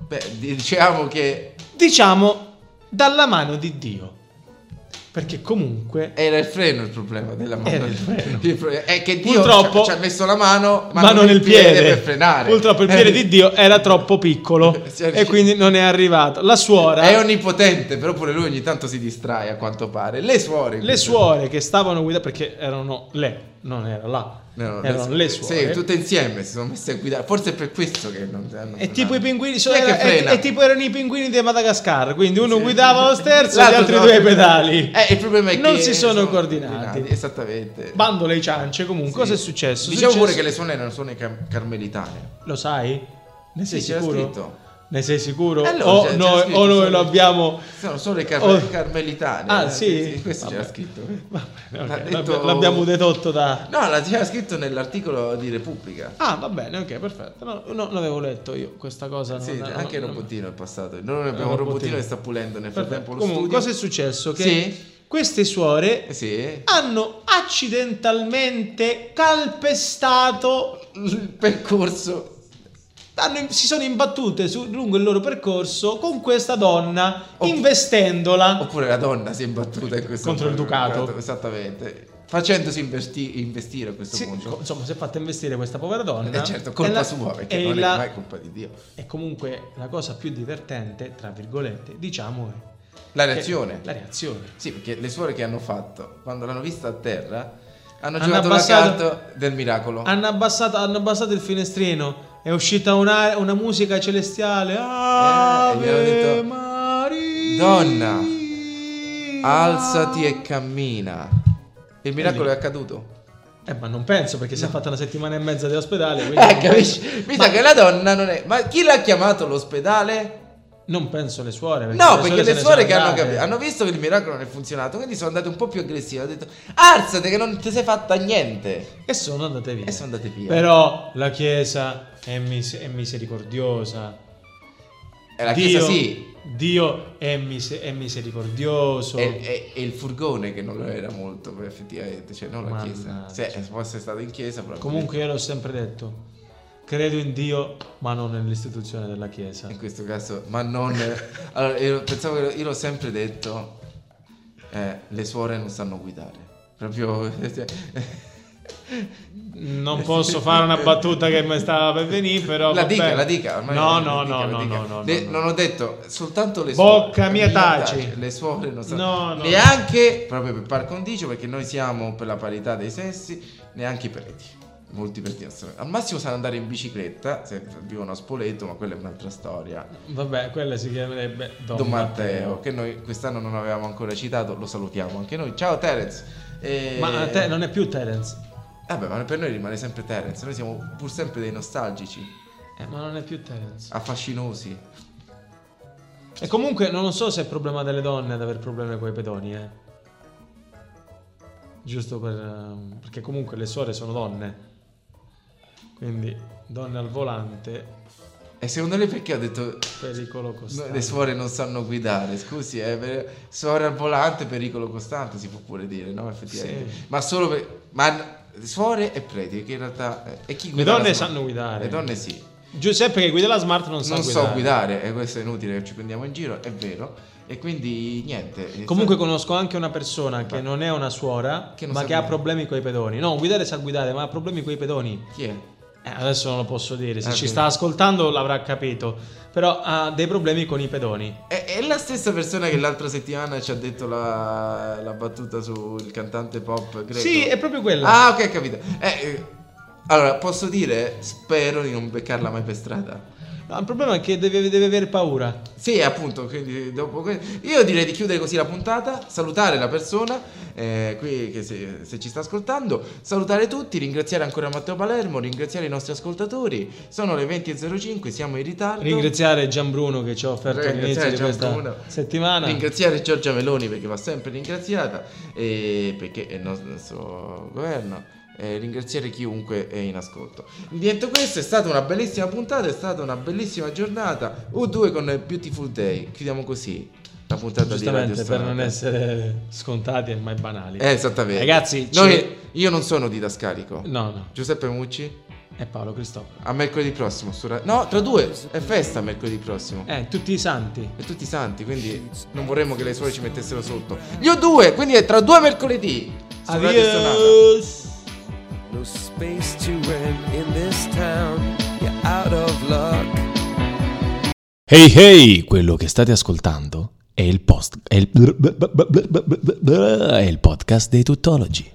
Speaker 3: Beh, diciamo che
Speaker 4: Diciamo dalla mano di Dio. Perché comunque
Speaker 3: era il freno il problema della mano.
Speaker 4: Era il freno.
Speaker 3: pro- è che Dio
Speaker 4: Purtroppo-
Speaker 3: ci ha- ci ha messo la mano, ma
Speaker 4: mano
Speaker 3: non
Speaker 4: nel
Speaker 3: il piede,
Speaker 4: piede
Speaker 3: per frenare. Eh.
Speaker 4: Purtroppo il piede di Dio era troppo piccolo
Speaker 3: Sì,
Speaker 4: e
Speaker 3: sì.
Speaker 4: quindi non è arrivato. La suora,
Speaker 3: È onnipotente, però pure lui ogni tanto si distrae a quanto pare. Le suore.
Speaker 4: le suore che stavano guidando perché erano le, non era là,
Speaker 3: No, no,
Speaker 4: erano le, suore.
Speaker 3: Sì, tutte insieme si sono messe a guidare. Forse è per questo che non hanno
Speaker 4: E
Speaker 3: frenato.
Speaker 4: tipo i pinguini,
Speaker 3: Chi è che
Speaker 4: era- e-
Speaker 3: frena?
Speaker 4: e tipo erano i pinguini di Madagascar, quindi uno
Speaker 3: Sì.
Speaker 4: guidava lo sterzo e gli
Speaker 3: L'altro
Speaker 4: altri
Speaker 3: no.
Speaker 4: due i pedali.
Speaker 3: Eh, il problema è che
Speaker 4: Non si sono coordinati.
Speaker 3: Esattamente.
Speaker 4: Bando le ciance comunque,
Speaker 3: Sì.
Speaker 4: cosa è successo?
Speaker 3: Diciamo
Speaker 4: Successo-
Speaker 3: pure che le suone erano suone cam- carmelitane.
Speaker 4: Lo sai? Ne sei
Speaker 3: Sì, c'era
Speaker 4: sicuro?
Speaker 3: scritto.
Speaker 4: Ne sei sicuro?
Speaker 3: Eh, allora, c'era-
Speaker 4: o,
Speaker 3: c'era
Speaker 4: noi,
Speaker 3: scritto,
Speaker 4: o noi
Speaker 3: sono-
Speaker 4: lo abbiamo...
Speaker 3: Sono solo le car-
Speaker 4: Oh.
Speaker 3: carmelitane.
Speaker 4: Ah,
Speaker 3: eh,
Speaker 4: sì?
Speaker 3: questo
Speaker 4: Vabbè.
Speaker 3: c'era scritto.
Speaker 4: Va bene, ok,
Speaker 3: L'ha detto-
Speaker 4: l'abbi- L'abbiamo detto da...
Speaker 3: No, la- c'era scritto nell'articolo di Repubblica.
Speaker 4: Ah, va bene, ok, perfetto. No, no, l'avevo letto io questa cosa.
Speaker 3: Sì,
Speaker 4: non-
Speaker 3: anche il
Speaker 4: non-
Speaker 3: robottino è passato. Noi abbiamo un robottino che sta pulendo nel
Speaker 4: Eh, Perfetto.
Speaker 3: frattempo lo
Speaker 4: Comunque,
Speaker 3: studio.
Speaker 4: cosa è successo? Che
Speaker 3: Sì.
Speaker 4: queste suore
Speaker 3: Eh, Sì.
Speaker 4: hanno accidentalmente calpestato,
Speaker 3: Il percorso
Speaker 4: hanno- si sono imbattute su- lungo il loro percorso con questa donna,
Speaker 3: Opp-
Speaker 4: investendola.
Speaker 3: Oppure la donna si è imbattuta in questo
Speaker 4: Contro il Ducato.
Speaker 3: Esattamente. Facendosi investi- investire a questo
Speaker 4: Sì,
Speaker 3: punto.
Speaker 4: co- insomma, si è fatta investire questa povera donna.
Speaker 3: E certo, colpa
Speaker 4: E la-
Speaker 3: sua, perché
Speaker 4: e
Speaker 3: non
Speaker 4: la-
Speaker 3: è mai colpa di Dio.
Speaker 4: E comunque la cosa più divertente, tra virgolette, diciamo è
Speaker 3: La
Speaker 4: che-
Speaker 3: reazione.
Speaker 4: La reazione.
Speaker 3: Sì, perché le suore che hanno fatto, quando l'hanno vista a terra, hanno,
Speaker 4: Hanno
Speaker 3: giocato
Speaker 4: abbassato-
Speaker 3: la carta del miracolo.
Speaker 4: Hanno abbassato, hanno abbassato il finestrino. È uscita una, una musica celestiale.
Speaker 3: e gli
Speaker 4: Ave
Speaker 3: Eh, hanno detto,
Speaker 4: Maria.
Speaker 3: Donna, Alzati e cammina. Il miracolo è
Speaker 4: Quindi-
Speaker 3: accaduto.
Speaker 4: Eh, ma non penso perché si è fatta una settimana e mezza dell'ospedale. Quindi
Speaker 3: Eh,
Speaker 4: non,
Speaker 3: capisci? Mi sa che la donna non è... Ma chi l'ha chiamato l'ospedale?
Speaker 4: non penso le suore.
Speaker 3: No, perché
Speaker 4: se
Speaker 3: le
Speaker 4: ne
Speaker 3: suore
Speaker 4: sono
Speaker 3: che hanno,
Speaker 4: andate.
Speaker 3: capi- hanno visto che il miracolo non è funzionato, quindi sono andate un po' più aggressive. Hanno detto: Alzate, che non ti sei fatta niente.
Speaker 4: E sono andate via.
Speaker 3: E sono andate via.
Speaker 4: Però la chiesa è, mis- è misericordiosa.
Speaker 3: E la
Speaker 4: Dio,
Speaker 3: chiesa sì.
Speaker 4: Dio è, mis- è misericordioso.
Speaker 3: E, e- e il furgone che non lo era molto, beh, effettivamente. Cioè, non la chiesa.
Speaker 4: Mannaggia.
Speaker 3: Se se fosse stato in chiesa, proprio.
Speaker 4: Comunque io l'ho sempre detto, credo in Dio, ma non nell'istituzione della Chiesa.
Speaker 3: In questo caso, ma non. allora, io pensavo che io l'ho sempre detto: eh, le suore non sanno guidare. Proprio. cioè,
Speaker 4: Non posso fare una battuta che mi stava per venire, però.
Speaker 3: la
Speaker 4: vabbè.
Speaker 3: dica, la dica. ormai la
Speaker 4: No, no,
Speaker 3: dica,
Speaker 4: no,
Speaker 3: la
Speaker 4: no,
Speaker 3: dica.
Speaker 4: no, no,
Speaker 3: Le-
Speaker 4: no.
Speaker 3: Non ho detto soltanto le suore.
Speaker 4: Bocca mia taci.
Speaker 3: Le suore non sanno.
Speaker 4: No, no.
Speaker 3: Neanche, proprio per par condicio, perché noi siamo per la parità dei sessi, neanche i preti. Molti preti assolutamente. Al massimo sanno andare in bicicletta, se vivono a Spoleto, ma quella è un'altra storia.
Speaker 4: Vabbè, quella si chiamerebbe Don,
Speaker 3: Don Matteo,
Speaker 4: Matteo.
Speaker 3: che noi quest'anno non avevamo ancora citato, lo salutiamo anche noi. Ciao Terence. E-
Speaker 4: Ma a te non è più Terence.
Speaker 3: Vabbè, ma per noi rimane sempre Terence, noi siamo pur sempre dei nostalgici,
Speaker 4: Eh, ma non è più Terence.
Speaker 3: affascinosi.
Speaker 4: E comunque non so se è problema delle donne ad aver problemi con i pedoni, eh. Giusto per... ehm, perché comunque le suore sono donne. Quindi donne al volante,
Speaker 3: E secondo lei perché ho detto
Speaker 4: pericolo
Speaker 3: no,
Speaker 4: costante.
Speaker 3: le suore non sanno guidare? Scusi, è ver- suore al volante, pericolo costante, si può pure dire, no? Effettivamente.
Speaker 4: Sì.
Speaker 3: Ma solo per... Ma suore e preti, che in realtà... eh, E chi
Speaker 4: Le
Speaker 3: guida la
Speaker 4: donne
Speaker 3: smart?
Speaker 4: sanno guidare.
Speaker 3: Le donne sì.
Speaker 4: Giuseppe che guida la smart non sa
Speaker 3: non
Speaker 4: guidare.
Speaker 3: so guidare, e questo è inutile che ci prendiamo in giro, è vero. E quindi niente. eh,
Speaker 4: Comunque
Speaker 3: so-
Speaker 4: conosco anche una persona che non è una suora,
Speaker 3: Che non
Speaker 4: ma
Speaker 3: sa
Speaker 4: che ha
Speaker 3: guidare.
Speaker 4: problemi con i pedoni. No, guidare sa guidare, ma ha problemi con i pedoni.
Speaker 3: Chi è?
Speaker 4: Eh, adesso non lo posso dire, se
Speaker 3: Ah,
Speaker 4: ci
Speaker 3: quindi-
Speaker 4: sta ascoltando l'avrà capito. Però ha dei problemi con i pedoni.
Speaker 3: È, è la stessa persona che l'altra settimana ci ha detto la, la battuta sul cantante pop greco.
Speaker 4: Sì, è proprio quella.
Speaker 3: Ah, ok, capito. Eh, eh, allora, posso dire, spero di non beccarla mai per strada.
Speaker 4: No, il problema è che deve, deve avere paura.
Speaker 3: Sì, appunto, quindi dopo que- io direi di chiudere così la puntata, salutare la persona eh, qui che se, se ci sta ascoltando, salutare tutti, ringraziare ancora Matteo Palermo, ringraziare i nostri ascoltatori. Sono le 20.05, siamo in ritardo.
Speaker 4: Ringraziare Gianbruno che ci ha offerto
Speaker 3: Ringraziare
Speaker 4: l'inizio di questa
Speaker 3: Gianbruno.
Speaker 4: settimana.
Speaker 3: Ringraziare Giorgia Meloni perché va sempre ringraziata e perché è il nostro, nostro governo. E ringraziare chiunque è in ascolto. Detto questo, è stata una bellissima puntata, è stata una bellissima giornata. U2 con Beautiful Day. Chiudiamo così la puntata di Radio
Speaker 4: Giustamente, per non
Speaker 3: Stonata.
Speaker 4: essere scontati e mai banali.
Speaker 3: Eh, esattamente.
Speaker 4: Ragazzi, ci-
Speaker 3: Noi- io non sono didascalico.
Speaker 4: No, no.
Speaker 3: Giuseppe Mucci,
Speaker 4: È Paolo Cristoforo.
Speaker 3: a mercoledì prossimo. su Ra- no, tra due, è festa mercoledì prossimo.
Speaker 4: Eh, tutti i santi.
Speaker 3: e tutti i santi, quindi non vorremmo che le suore ci mettessero sotto. Gli ho due, quindi è tra due mercoledì. su Radio Stonata.
Speaker 4: Adios.
Speaker 5: No space to rent in this town. You're out of luck.
Speaker 1: Hey hey, quello che state ascoltando è il post è il, è il podcast dei tuttologi.